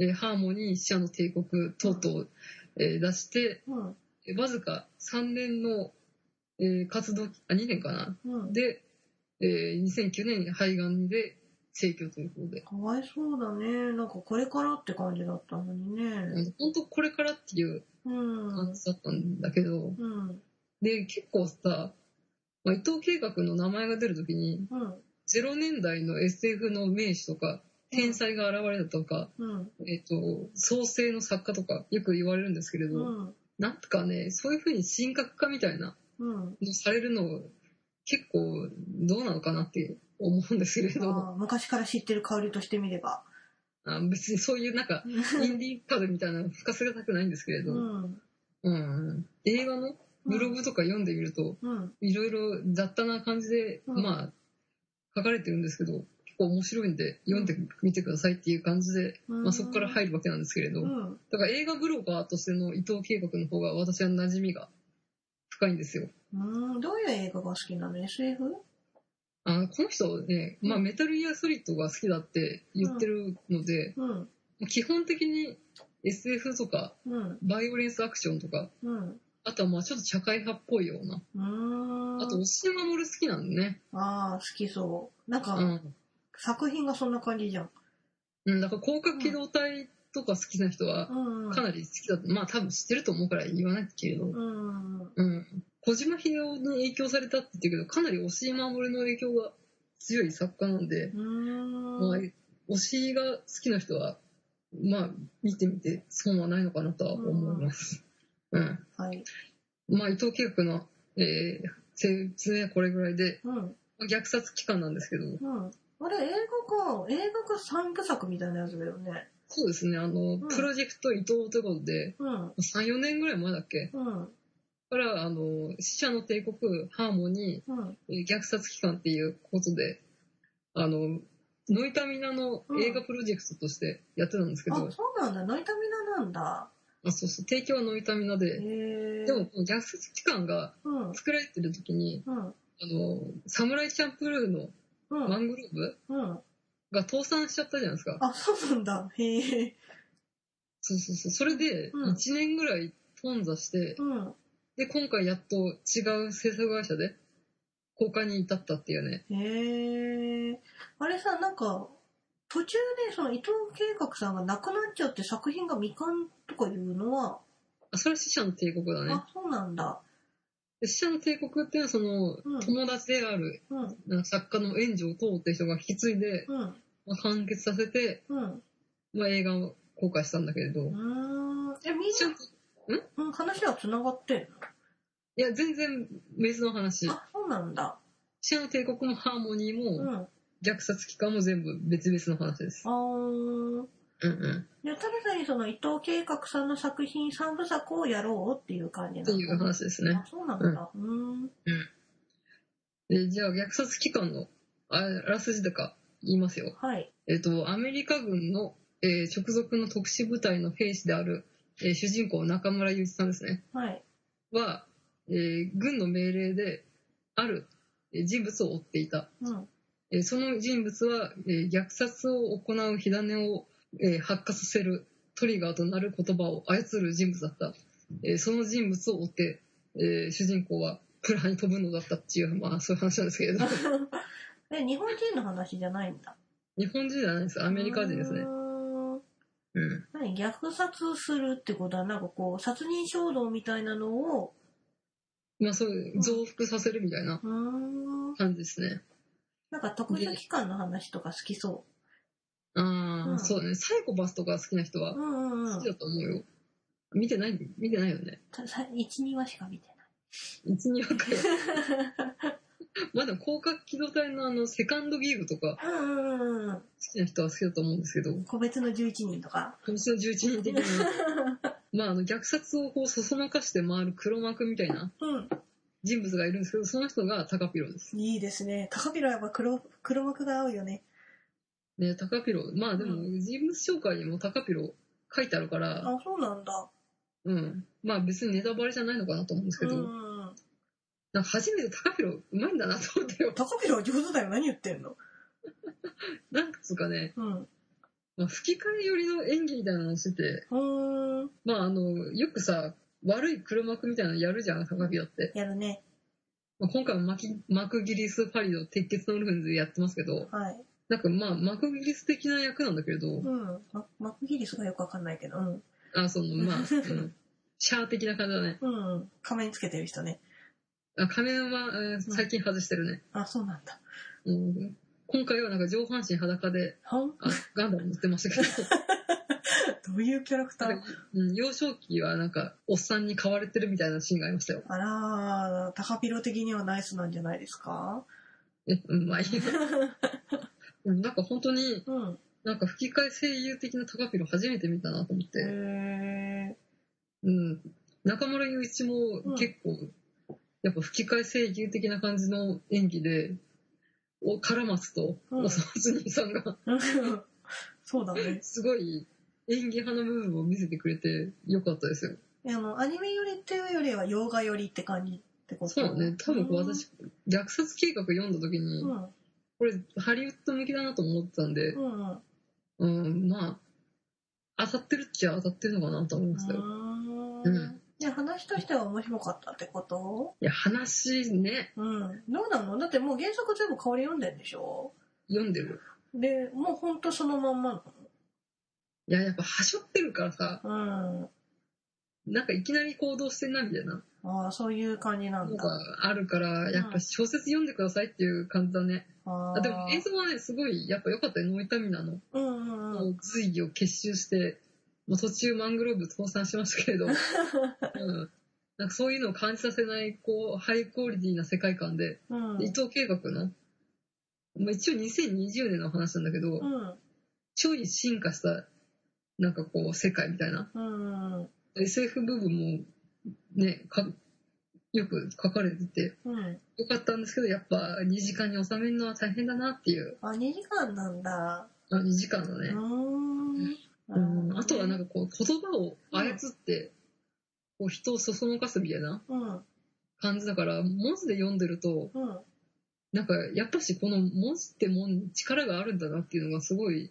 S2: えーハーモニー、死者の帝国等々、えー出して、
S1: うん
S2: えーわずか3年の、えー活動期、あ、2年かな。
S1: うん
S2: で、えー2009年に肺がんで逝去ということで。
S1: かわいそうだねなんかこれからって感じだったのにね
S2: 本当これからっていう
S1: うんう
S2: 感じだったんだけど、
S1: ん
S2: で、結構さ、まあ、伊藤計画の名前が出るときに、
S1: うん
S2: 0年代の SF の名手とか、天才が現れたとか、
S1: うん
S2: えっ、と、創世の作家とか、よく言われるんですけれ
S1: う
S2: ど、
S1: ん
S2: なんかね、そういうふうに神格化みたいな
S1: うん
S2: のされるの、結構どうなのかなって思うんですけれど、
S1: あー昔から知ってる香りとしてみれば
S2: あ別にそういう なんか、インディーカードみたいなの吹かせたくないんですけれ
S1: う
S2: ど、うん
S1: ん
S2: 映画のブログとか読んでみると、
S1: うん
S2: いろいろ雑多な感じで、
S1: うん
S2: まあ、書かれてるんですけど、結構面白いんで、読んでみてくださいっていう感じで、
S1: ま
S2: まあ、そこから入るわけなんですけれど、
S1: うん
S2: だから映画ブロガーとしての伊藤計画の方が私は馴染みが深いんですよ。
S1: うんどういう映画が好きなの SF?
S2: あこの人ね、まあ、メタルギアソリッドが好きだって言ってるので、
S1: うん
S2: 基本的に SF とか、
S1: うん
S2: バイオレンスアクションとか、
S1: うん
S2: あとはまあちょっと社会派っぽいような。
S1: うーん
S2: あと、押島守好きなんでね。
S1: ああ、好きそう。なんか、
S2: うん。
S1: 作品がそんな感じじゃん。
S2: うん、だから広角機動隊とか好きな人は
S1: う、んうん。
S2: かなり好きだと、まあ多分知ってると思うから言わないけれど。
S1: うんうん。
S2: うん。小島秀夫に影響されたって言ってるけど、かなり押井守の影響が強い作家なんで、まあ
S1: うーん。、
S2: 押井が好きな人は、まあ、見てみて損はないのかなとは思います。うん。
S1: はい。
S2: まあ、伊藤計画の、えー、説明はこれぐらいで、
S1: うん。
S2: まあ虐殺期間なんですけど、
S1: うん。あれ、映画か。映画か三部作みたいなやつだよね。
S2: そうですね、あの、
S1: ん
S2: プロジェクト伊藤ということで、
S1: うん。
S2: 3、4年ぐらい前だっけ
S1: うん。
S2: から、あの、死者の帝国、ハーモニ
S1: うん。
S2: ー、えー虐殺期間っていうことで、あの、ノイタミナの映画プロジェクトとしてやってたんですけど、
S1: あ、そうなんだ。ノイタミナなんだ。
S2: あそうそう、提供はノイタミナ
S1: へ
S2: で、
S1: え。
S2: でも、、この虐殺期間が
S1: うん。
S2: 作られてる時に、
S1: うん。
S2: あの、サムライチャンプルーの
S1: う
S2: マ
S1: ん。
S2: ングローブ
S1: うん。
S2: が倒産しちゃったじゃないですか。
S1: あ、そうなんだ。へえ。
S2: そうそうそう。それで、
S1: うん
S2: 1年ぐらい頓挫して、
S1: うん。
S2: で、今回やっと違う制作会社で公開に至ったっていうね。
S1: へえ。あれさ、なんか、途中でその伊藤計画さんが亡くなっちゃって作品が未完とかいうのは、
S2: あ、それは死者の帝国だね
S1: あ。、そうなんだ。
S2: で死者の帝国っていうのはその、
S1: うん
S2: 友達である
S1: うん、
S2: な作家の援助を通って人が引き継いで、
S1: うん、
S2: まあ、完結させて、
S1: うん。
S2: まあ、映画を公開したんだけれど。
S1: うーん。え、みん
S2: 死者の
S1: な、うん、話は繋がってん
S2: いや、全然別の話
S1: の。あ、そうなんだ。
S2: 死者の帝国もハーモニーも、
S1: うん。あ
S2: 虐殺期間も全部別々の話です。
S1: ー。
S2: うんうん。
S1: じゃあ、ただ単にその伊藤計画さんの作品三部作をやろうっていう感じ
S2: っ
S1: な
S2: て
S1: の
S2: いう話ですね
S1: あ、。そうなんだ。うーん。
S2: で、じゃあ虐殺期間のああらすじとか言いますよ。
S1: はい。
S2: えっ、と、アメリカ軍の、えー直属の特殊部隊の兵士である、えー主人公中村祐一さんですね。
S1: はい。
S2: は、えー軍の命令で、あるえー人物を追っていた。
S1: うん。
S2: えーその人物は、えー虐殺を行う火種を、えー発火させるトリガーとなる言葉を操る人物だった、えーその人物を追って、えー主人公はプラに飛ぶのだったっていう、まあ、そういう話なんですけ れど
S1: え、日本人の話じゃないんだ。
S2: 日本人じゃないですア
S1: ア
S2: メリカ人ですね
S1: う、ーん。
S2: うん、
S1: 何虐殺するってことはなんかこう殺人衝動みたいなのを
S2: まあそういう増幅させるみたいな
S1: うーん
S2: 感じですね
S1: なんか特殊機関の話とか好きそ
S2: ああ、
S1: うん
S2: そうだねサイコパスとか好きな人
S1: う
S2: は
S1: うんうんう
S2: 好
S1: ん
S2: きだと思うよ、見てない見てないよね
S1: 12話しか見て
S2: 12話 くらいまあでも広角機動隊のあのセカンドギグとか
S1: ないうんうんうんうん
S2: 好きな人は好きだと思うんですけど、
S1: 個別の11人とか
S2: 今年の11人的に、 まあ、あの、虐殺をこう、そそのかして回る黒幕みたいな
S1: うん
S2: 人物がいるんですけど、その人がタカピロです。
S1: いいですね高ピロはやっぱ黒黒幕が合うよね
S2: ね、タカピロ、まあでも、
S1: う
S2: 人物紹介にもタカピロ書いてあるから、
S1: あそうなんだ
S2: うん。まあ別にネタバレじゃないのかなと思うんです
S1: う
S2: け
S1: ん
S2: ど、
S1: うんうん
S2: なんか初めてタカピロうまいんだなと思ってよ。
S1: 高ピロは上手だよ何言ってんの
S2: なんつうかね、
S1: うん
S2: まあ、吹き替え寄りの演技みたいなのをしてて、
S1: うーん
S2: まああの、よくさ、悪い黒幕みたいなのやるじゃん、タカピロって。
S1: やるね
S2: まあ、今回もマキマクギリス・パリの鉄血のルフンズでやってますけど、
S1: はい
S2: なんかまあ、マクギリス的な役なんだけれ
S1: う
S2: ど、
S1: んママクギリスがよくわかんないけどうん
S2: あ、その、まあ、うんシャア的な感じだね。
S1: うんうん仮面つけてる人ね
S2: あ仮面は、えー最近外してるね、
S1: あそうなんだ
S2: うん今回はなんか上半身裸で、
S1: はん
S2: あガンダム乗ってましたけ
S1: どういうキャラクタ
S2: ど
S1: ー
S2: うん、幼少期はなんか、おっさんに買われてるみたいなシーンがありましたよ。
S1: あらー、タカピロ的にはナイスなんじゃないですか
S2: え、うん、まあいいようんなんか本当に、
S1: うん。
S2: なんか吹き替え声優的な高ピロ初めて見たなと思って。
S1: へ
S2: うん、中村雄一も結構、やっぱ吹き替え声優的な感じの演技で、お絡ますと、
S1: うん
S2: おそ松兄さんが
S1: ー。 そうだね。
S2: すごい演技派の部分を見せてくれてよかったですよ。
S1: あの、アニメ寄りっていうよりは洋画寄りって感じってこと
S2: そうね、多分私、虐殺計画読んだ時に、
S1: うん。
S2: これハリウッド向きだなと思ってたんで
S1: う、ん。うん。
S2: うん、まあ、当たってるっちゃ当たってるのかなと思いましたよ。
S1: う
S2: う
S1: ーん
S2: ん
S1: じゃあ話としては面白かったってこと
S2: いや、話ね、
S1: うん。どうなのだってもう原作全部香り読んでんでしょ
S2: 読んでる。
S1: で、もうほんとそのまんま
S2: いや、やっぱはしょってるからさ、
S1: なの。
S2: なんかいきなり行動してんなみたいな。
S1: うん。ああ、そういう感じなん
S2: の
S1: だ。
S2: があるから、やっぱ小説読んでくださいっていう感じだね。
S1: あ
S2: あ
S1: ー
S2: でも映像はね、すごい、やっぱ良かったよ。ノイタミナの
S1: うんうんうん。
S2: 随意を結集して、もう途中マングローブ倒産しましたけ れど、うん、なんかそういうのを感じさせない、こう、ハイクオリティな世界観で、
S1: うん。
S2: 伊藤計画の、まあ、一応2020年の話なんだけど、
S1: うん。
S2: ちょい進化した、なんかこう、世界みたいな。
S1: うんうん。
S2: SF 部分も、ね、かよく書かれてて、
S1: うん。
S2: よかったんですけど、やっぱ2時間に収めるのは大変だなっていう、
S1: あ、2時間なんだ。
S2: あ2時間の
S1: うー
S2: ね。
S1: ん。
S2: うん、あとはなん
S1: か、
S2: かこう、言葉を操って、こう人をそそのかすみたいな
S1: うん、
S2: 感じだから、文字で読んでると、
S1: うん。
S2: なんかやっぱしこの文字ってもんに力があるんだなっていうのがすごい、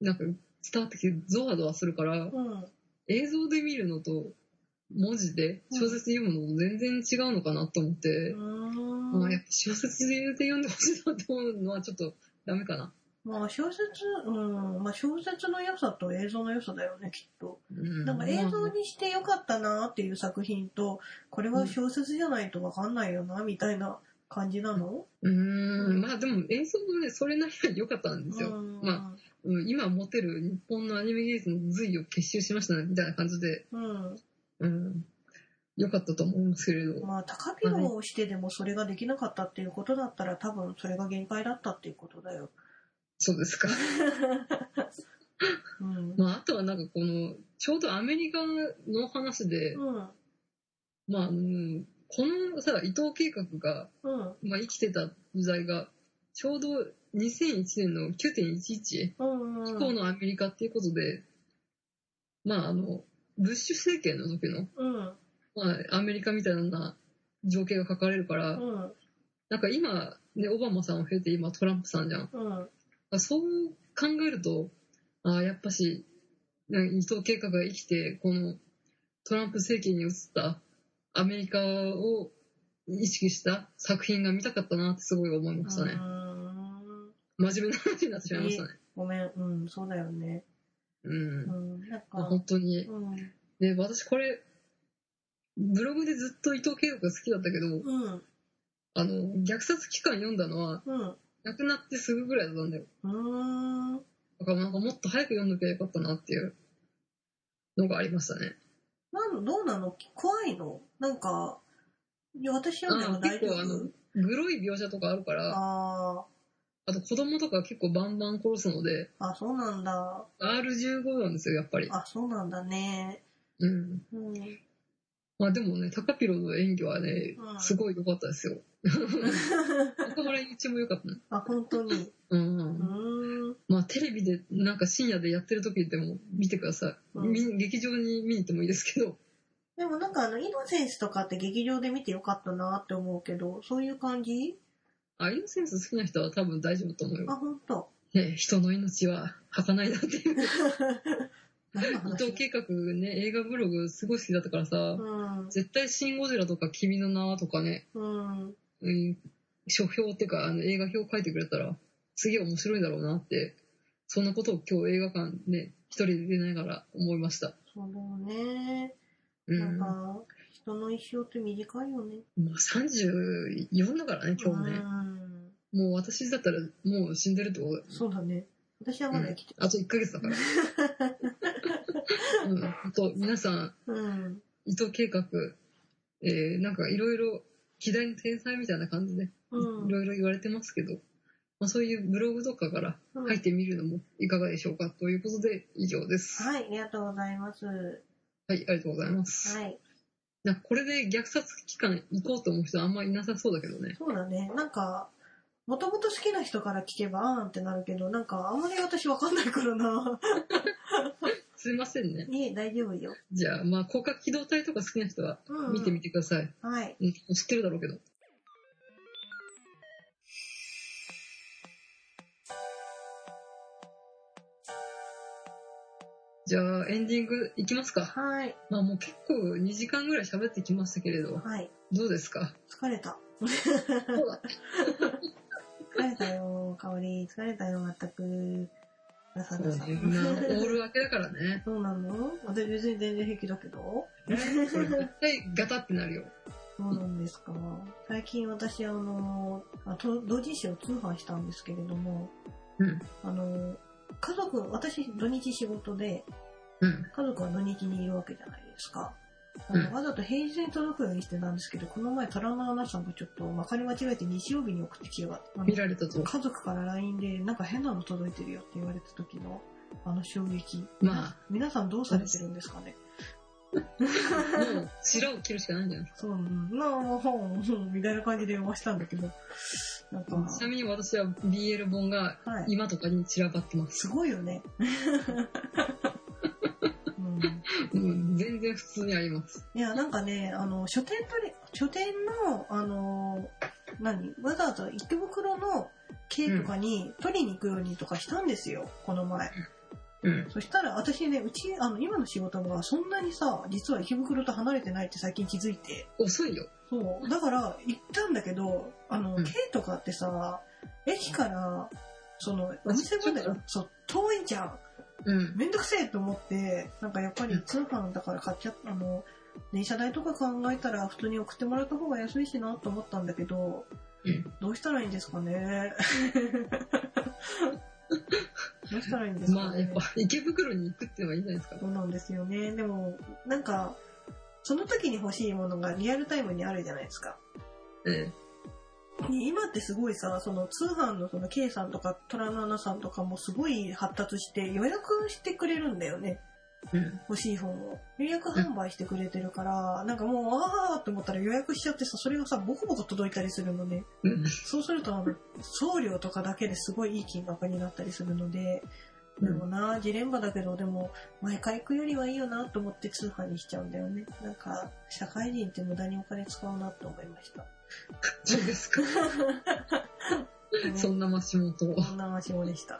S2: なんか伝わってきて、ゾワゾワするから、
S1: うん。
S2: 映像で見るのと、文字で小説読むのも全然違うのかなと思って、
S1: ん
S2: まあ、やっぱ小説で読んでほしいなと思うのはちょっとダメかな。
S1: まあ小説、うん、まあ小説の良さと映像の良さだよね、きっと。
S2: うん、
S1: なんか映像にして良かったなっていう作品と、これは小説じゃないとわかんないよな、みたいな感じなの
S2: うーんまあでも映像もねそれなりに良かったんですよ、
S1: うん
S2: まうん、今持てる日本のアニメ技術の髄を結集しましたねみたいな感じで、
S1: うん。
S2: うん、良かったと思いますけれど、
S1: まあ、高広をしてでもそれができなかったっていうことだったら、多分それが限界だったっていうことだよ。
S2: そうですか
S1: うん。
S2: まああとはなんかこのちょうどアメリカの話で、
S1: うん。
S2: まあ、うん、このさ伊藤計画が、
S1: うん。
S2: まあ、生きてた時代がちょうど2001年の9.11、
S1: うん。
S2: 以降のアメリカっていうことで、まああの、ブッシュ政権の時の、
S1: うん。
S2: まあアメリカみたいな情景が書かれるから、
S1: うん。
S2: なんか今、ね、オバマさんを経て今トランプさんじゃん。
S1: うん。
S2: まあそう考えると、ああ、やっぱし、なんか伊藤計画が生きて、このトランプ政権に移ったアメリカを意識した作品が見たかったなってすごい思いましたね。
S1: うん
S2: 真面目な話になってしまいましたね。
S1: ごめん。うん、そうだよね。
S2: うん。
S1: うん。なん
S2: まあ
S1: か、
S2: 本当に、
S1: うん。
S2: で、私これ、ブログでずっと伊藤圭吾が好きだったけど、
S1: うん。
S2: あの、虐殺期間読んだのは、
S1: うん。
S2: 亡くなってすぐぐらいだったんだよ。
S1: うーん。
S2: だからなんかもっと早く読んどけばよかったなっていうのがありましたね。
S1: なんどうなの怖いのなんか、いや、私読んでも大丈
S2: あ結構あの
S1: 夫
S2: グロい描写とかあるから、あ
S1: あ
S2: と子供とか結構バンバン殺すので、
S1: あー、あ、そうなんだ。
S2: R15 なんですよ、やっぱり。
S1: あ、そうなんだね。
S2: うん。
S1: うん。
S2: まあでもね、高ピロの演技はね
S1: う、ん
S2: すごい良かっ たですよ。中村ゆういちも良かったね。
S1: あ、本当に。
S2: うん。
S1: うーん。
S2: まあ、テレビで、なんか深夜でやってる時でも見てください。
S1: うん
S2: み劇場に見に行ってもいいですけど。
S1: でもなんかあの、イノセンスとかって劇場で見てよかったなって思うけど、そういう感じ
S2: あ、イノセンス好きな人は多分大丈夫と思う
S1: あ、
S2: よ。
S1: 本当。
S2: ね、人の命は儚いなっていう。
S1: 何の
S2: 伊
S1: 話
S2: 藤計画ね、映画ブログすごい好きだったからさ、
S1: うん。
S2: 絶対シン・ゴジラとか君の名はとかね、
S1: うん。
S2: うん、書評っていうか、あの映画表書いてくれたら、すげえ面白いだろうなって、そんなことを今日映画館ね、一人で出ながら思いました。
S1: そうだよね。
S2: う
S1: なん
S2: ん。まあ、
S1: か、人の一生って短いよね。
S2: 34だからね、今日ね。
S1: うん。
S2: もう私だったらもう死んでるってことだよ。
S1: そうだね。私はまだ生きて
S2: あと1ヶ月だから。 うん、あと皆さん、
S1: うん。
S2: 伊藤計画、えー、なんかいろいろ、議題の天才みたいな感じで、
S1: うん
S2: い。ろいろ言われてますけど、まあ、そういうブログとかから
S1: うん
S2: 書いてみるのもいかがでしょうかということで、以上です。
S1: はい、ありがとうございます。は
S2: はい、ありがとうございます。
S1: い。
S2: なんかこれで虐殺期間行こうと思う人あんまいなさそうだけどね。
S1: そうだね。なんか、もともと好きな人から聞けば、あーんってなるけど、なんか、あんまり私わかんないからな。
S2: すいませんね。
S1: いえ、大丈夫よ。
S2: じゃあ、まあ、広角機動隊とか好きな人は
S1: うん、
S2: 見てみてください。
S1: はい。
S2: うん、知ってるだろうけど。じゃあ、エンディングいきますか。
S1: はい。
S2: まあもう結構2時間ぐらい喋ってきましたけれど、
S1: はい。
S2: どうですか
S1: 疲れた。
S2: そうだ
S1: 疲れたよ、香り。疲れたよ、まったく。なさ
S2: そう
S1: な
S2: だ
S1: さ。
S2: ね。まあ、オール明けだからね。
S1: そうなの私別に全然平気だけど。
S2: これ絶対ガタってなるよ。
S1: そうなんですか。最近私、あの、あと同人誌を通販したんですけれども、
S2: うん。
S1: あの、家族、私土日仕事で、
S2: うん。
S1: 家族は土日にいるわけじゃないですか。あの
S2: うん
S1: わざと平日に届くようにしてたんですけど、この前、トラのアナさんがちょっとまかり間違えて日曜日に送ってきやがって、あの
S2: 見られたと。
S1: 家族から LINE でなんか変なの届いてるよって言われた時のあの衝撃。
S2: まあ、
S1: 皆さんどうされてるんですかね
S2: もう、白を切るしかないんじゃない
S1: そう、うん、まあ、もう、本みたいな感じで読ましたんだけど、なんか、
S2: ちなみに私は BL 本が
S1: はい。
S2: 今とかに散らばってま
S1: す
S2: す。
S1: ごいよね。うん
S2: うん、全然普通にあります。
S1: いや、なんかね、あの、書店取り、書店の、あの、何わざわざ池袋の系とかに取りに行くようにとかしたんですよ、この前。
S2: うん。
S1: そしたら私ね、うち、あの、今の仕事がそんなにさ、実は池袋と離れてないって最近気づいて。
S2: 遅いよ。
S1: そう。だから、行ったんだけど、あの、
S2: うん
S1: 軽とかってさ、駅から、その、お店まで
S2: ちょっと、
S1: そう、遠いじゃん。
S2: うん。
S1: めんどくせえと思って、なんかやっぱり通販だから買っちゃった、あの、電車代とか考えたら普通に送ってもらった方が安いしなと思ったんだけど、
S2: うん
S1: どうしたらいいんですか ねどうしたらいいんですかね
S2: まあ、やっぱ、池袋に行くっていうのはいいんじゃないですか。
S1: そうなんですよね。でも、なんか、その時に欲しいものがリアルタイムにあるじゃないですか。
S2: うん。
S1: ね今ってすごいさ、その通販のその K さんとかトラナナさんとかもすごい発達して予約してくれるんだよね。
S2: うん。
S1: 欲しい本を。予約販売してくれてるから、なんかもう、あーって思ったら予約しちゃってさ、それがさ、ボコボコ届いたりするのね。
S2: うん。
S1: そうすると、あの、送料とかだけですごいいい金額になったりするので、
S2: う
S1: で
S2: ん
S1: もな、ジレンマだけど、でも、毎回行くよりはいいよなと思って通販にしちゃうんだよね。なんか、社会人って無駄にお金使うなって思いました。
S2: そうですか。そんなマシモト。
S1: そんな話もでした。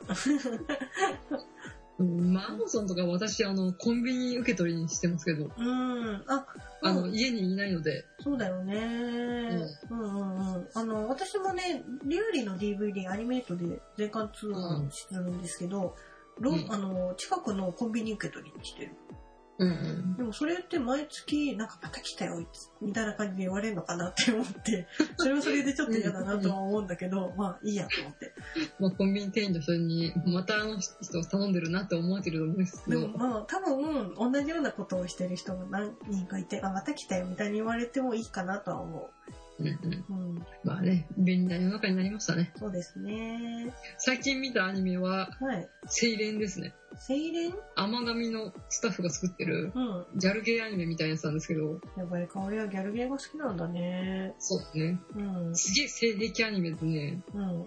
S2: うん。まあ、アマゾンとか私、あの、コンビニ受け取りにしてますけど、
S1: うん。あ、
S2: あ
S1: う
S2: の、
S1: ん
S2: 家にいないので、
S1: そうだよね。うんうんうん。あの、私もね、リュウリの DVD アニメートで全館通販してるんですけど、ロ
S2: うん
S1: あの、近くのコンビニ受け取りにしてる。
S2: うんうん。
S1: でもそれって毎月、なんかまた来たよ、みたいな感じで言われるのかなって思 って、それはそれでちょっと嫌だなとは思うんだけど、まあいいやと思って。
S2: まあ、コンビニ店員の人に、またあの人頼んでるなって思われてると思うんですけ
S1: で
S2: ど、
S1: もまあ多分、同じようなことをしてる人が何人かいて、あ、また来たよ、みたいに言われてもいいかなとは思
S2: うんうん。
S1: う。うん、
S2: まあね、便利な世の中になりましたね。
S1: そうですね。
S2: 最近見たアニメは、
S1: はい。
S2: セイレンですね。
S1: セイレン
S2: 甘神のスタッフが作ってる、
S1: うん。
S2: ギャルゲーアニメみたいなやつなんですけど、
S1: やっぱり香りはギャルゲーが好きなんだね。
S2: そうですね。
S1: うん。
S2: すげえ性癖アニメでね、
S1: うん。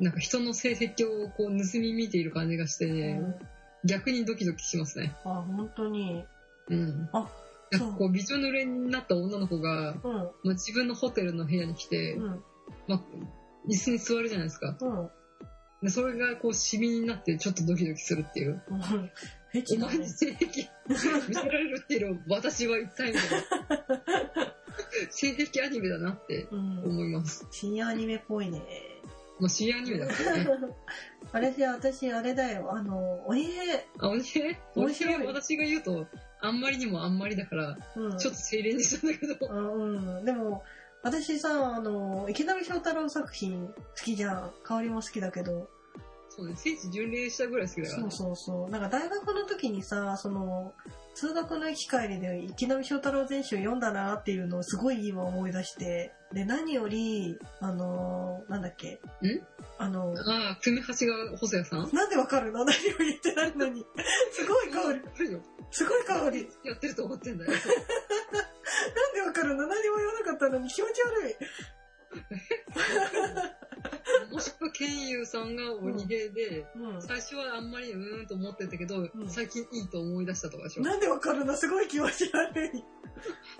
S2: なんか人の性癖をこう盗み見ている感じがしてね、逆にドキドキしますね。
S1: あ、本当に。
S2: うん。
S1: あ
S2: なんかこう、びちょ濡れになった女の子が、
S1: うん。
S2: まあ、自分のホテルの部屋に来て、
S1: うん。
S2: まあ、椅子に座るじゃないですか。
S1: うん。
S2: でそれがこう、シミになってちょっとドキドキするっていう。
S1: うん。フェ
S2: お
S1: チだ
S2: 前
S1: ね
S2: に。性 癖見せられるっていうのを私は一体みたいな。 性癖アニメだなって
S1: うん。
S2: 思います。
S1: 新アニメっぽいね。
S2: まあ、深夜アニメだから ね。
S1: あれで私、あれだよ。あの、おいえ。
S2: あ、面白い
S1: 面
S2: 面
S1: 白い
S2: 白い私が言うと、あんまりにもあんまりだから、
S1: うん。
S2: ちょっと精錬にしたんだけど。
S1: あうん。でも、私さ、あの、池波正太郎作品好きじゃん。香りも好きだけど。
S2: そうね、聖地巡礼したぐらい好きだから
S1: そ
S2: ね
S1: う。そうそう。なんか大学の時にさ、その、通学の行き帰りで池波正太郎全集読んだなっていうのをすごい今思い出して。で、何より、あのーなんだっけ。んあの
S2: ああ、組橋が細谷さん
S1: なんでわかるの何 を言ってないの に。すごい香り。
S2: り。よ。
S1: すごい香り。
S2: やってると思って んだよ。
S1: なんでわかるの何も言わなかったのに気持ち悪い。
S2: もしくは、健優さんが鬼平で、
S1: う
S2: 最初はあんまりうーんと思ってたけど、
S1: うん
S2: 最近いいと思い出したとかでしょ
S1: ん。。なんでわかるのすごい気持ち悪い。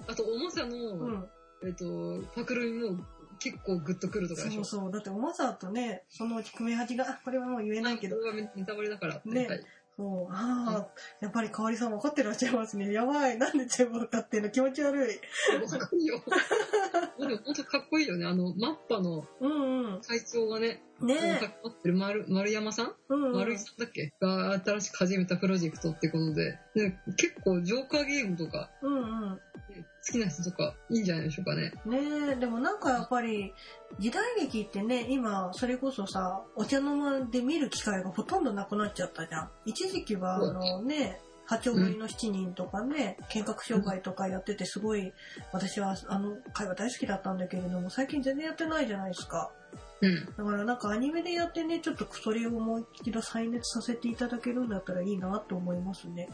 S2: あと、おもさの、
S1: うん。
S2: えっと、パクルミも結構グッとくるとかでし
S1: そ
S2: ょ。
S1: うそう。だっておまさとね、そのうち組み始め、あ、これはもう言えないけど
S2: こ。れはネタバレだから。
S1: ね
S2: はい
S1: そう。ああ、やっぱり香りさん分かってらっしゃいますね。やばい。なんで全部分かってんの気持ち悪い。
S2: わかる よ。でも本当かっこいいよね。あの、マッパの
S1: うんう
S2: 会長がね、
S1: ん。ねえ。
S2: 持ってる丸丸山さん、
S1: うん、う
S2: 丸
S1: ん
S2: 井。さんだっけが新しく始めたプロジェクトってことで、ね、結構ジョーカーゲームとか、
S1: うんうん。
S2: ね好きな人とかいいんじゃないでしょうかね。
S1: ねえ、でもなんかやっぱり、時代劇ってね、今、それこそさ、お茶の間で見る機会がほとんどなくなっちゃったじゃん。一時期は、あ
S2: そう
S1: のね、八丁堀の七人とかね、見学障害とかやっててすごい、私はあの会話大好きだったんだけれども、最近全然やってないじゃないですか。
S2: うん。
S1: だからなんかアニメでやってね、ちょっとそれをもう一度再熱させていただけるんだったらいいなと思いますね。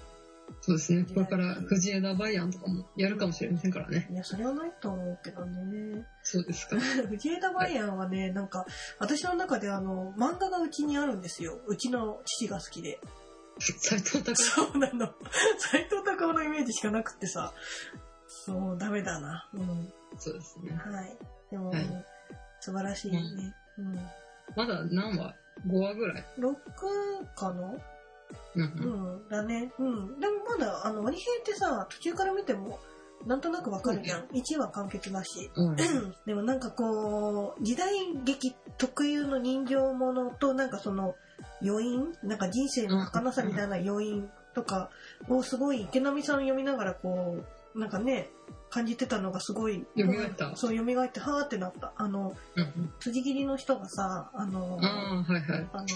S2: そうですね。これから藤枝バイアンとかもやるかもしれませんからね。
S1: いや、それはないと思うけどね。
S2: そうです か。
S1: 藤枝バイアンはね、なんか、私の中であの、漫画がうちにあるんですよ。うちの父が好きで。
S2: 斎藤隆
S1: そうなの。斎藤隆夫のイメージしかなくってさ。そう、ダメだな。うん。
S2: そうですね。
S1: はい。でも、
S2: はい
S1: 素晴らしいね。うん。
S2: まだ何話 ?5 話ぐらい。
S1: 6かな
S2: うんう
S1: うんん、だね。うん。でもまだ、あの、鬼平ってさ、途中から見ても、なんとなくわかるじゃん。1話完結だし。
S2: うん
S1: でもなんかこう、時代劇特有の人情ものと、なんかその、余韻なんか人生の儚さみたいな余韻とかをすごい池波さん読みながらこう、なんかね、感じてたのがすごい、
S2: 蘇った
S1: そう、蘇って、はーってなった。あの、
S2: うん
S1: 辻切りの人がさ、あの、
S2: ああはいはい
S1: あの、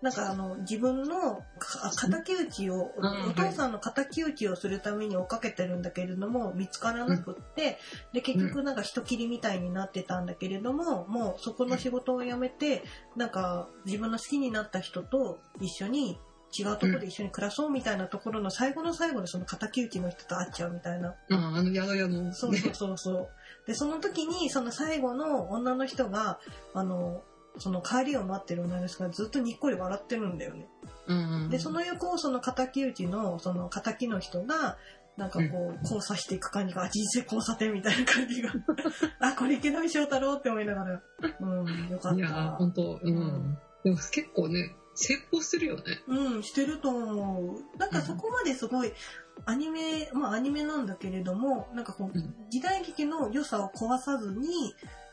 S1: なんかあの、自分のか敵討ちを、
S2: うん
S1: お父さんの敵討ちをするために追っかけてるんだけれども、見つからなくって、で、結局なんか人切りみたいになってたんだけれども、もうそこの仕事を辞めて、なんか自分の好きになった人と一緒に、違うところで一緒に暮らそうみたいなところの最後の最後でその敵討ちの人と会っちゃうみたいな。
S2: あああの宿屋の
S1: そうそうそうそう。で、その時に、その最後の女の人が、あの、その帰りを待ってる女の人がずっとにっこり笑ってるんだよね。
S2: うん
S1: で、その横をその敵討ちの、その敵の人が、なんかこう、交差していく感じが、あ人生交差点みたいな感じが、 あ、これ池上翔太郎って思いながら、うん、よかっ
S2: いやー
S1: た。
S2: 本当うんでも結構ね成功してるよね
S1: うん、してると思う。なんかそこまですごい、アニメ、まあアニメなんだけれども、なんかこう
S2: うん、
S1: 時代劇の良さを壊さずに、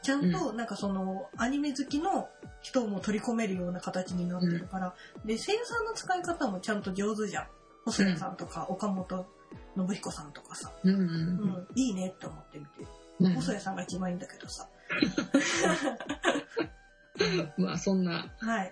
S1: ちゃんとなんかその、アニメ好きの人も取り込めるような形になってるから、で、声優さんの使い方もちゃんと上手じゃん。細田さんとか、岡本信彦さんとかさ、
S2: うんう
S1: うんん、いいねって思ってみてる。
S2: うんね
S1: 細谷さんが一番いいんだけどさ。
S2: まあそんな
S1: はい。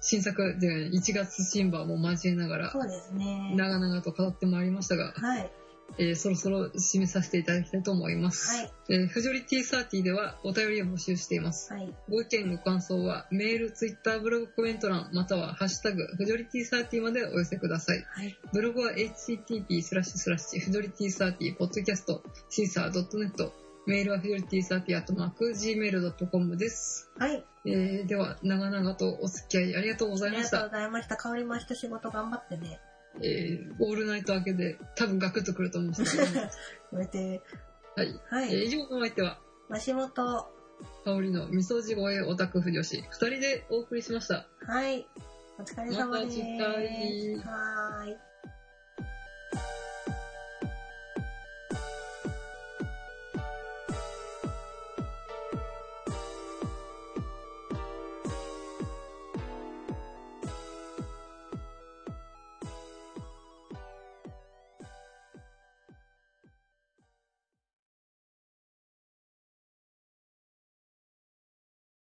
S2: 新作で1月新版も交えながら
S1: そうです ね。
S2: 長々と語ってまいりましたが、
S1: はい。はい。
S2: えーそろそろ締めさせていただきたいと思います。えー、フジョリティサーティではお便りを募集しています。
S1: はい。
S2: ご意見、ご感想はメール、ツイッター、ブログ、コメント欄、またはハッシュタグ、フジョリティサーティまでお寄せください。
S1: はい。
S2: ブログは http スラッシュスラッシュ、フジョリティサーティ、ポッドキャスト、シーサー .net、メールはフジョリティサーティアットマーク、gmail.com です。
S1: はい。
S2: えー、では、長々とお付き合いありがとうござ
S1: あ
S2: い
S1: り
S2: ま
S1: が
S2: し
S1: とう
S2: た
S1: ご。ざいました。香りました仕事頑張ってね。
S2: えー、オールナイト明けで多分ガクッとくると思うんですけど、
S1: これで、
S2: はい。
S1: は
S2: え
S1: い。
S2: ー、以上のお相手は、
S1: マシモト、
S2: 香りの味噌地声オタク不女子、二人でお送りしました。
S1: はい。お疲れ
S2: ま
S1: 様
S2: た
S1: です。
S2: 次回。
S1: はーい。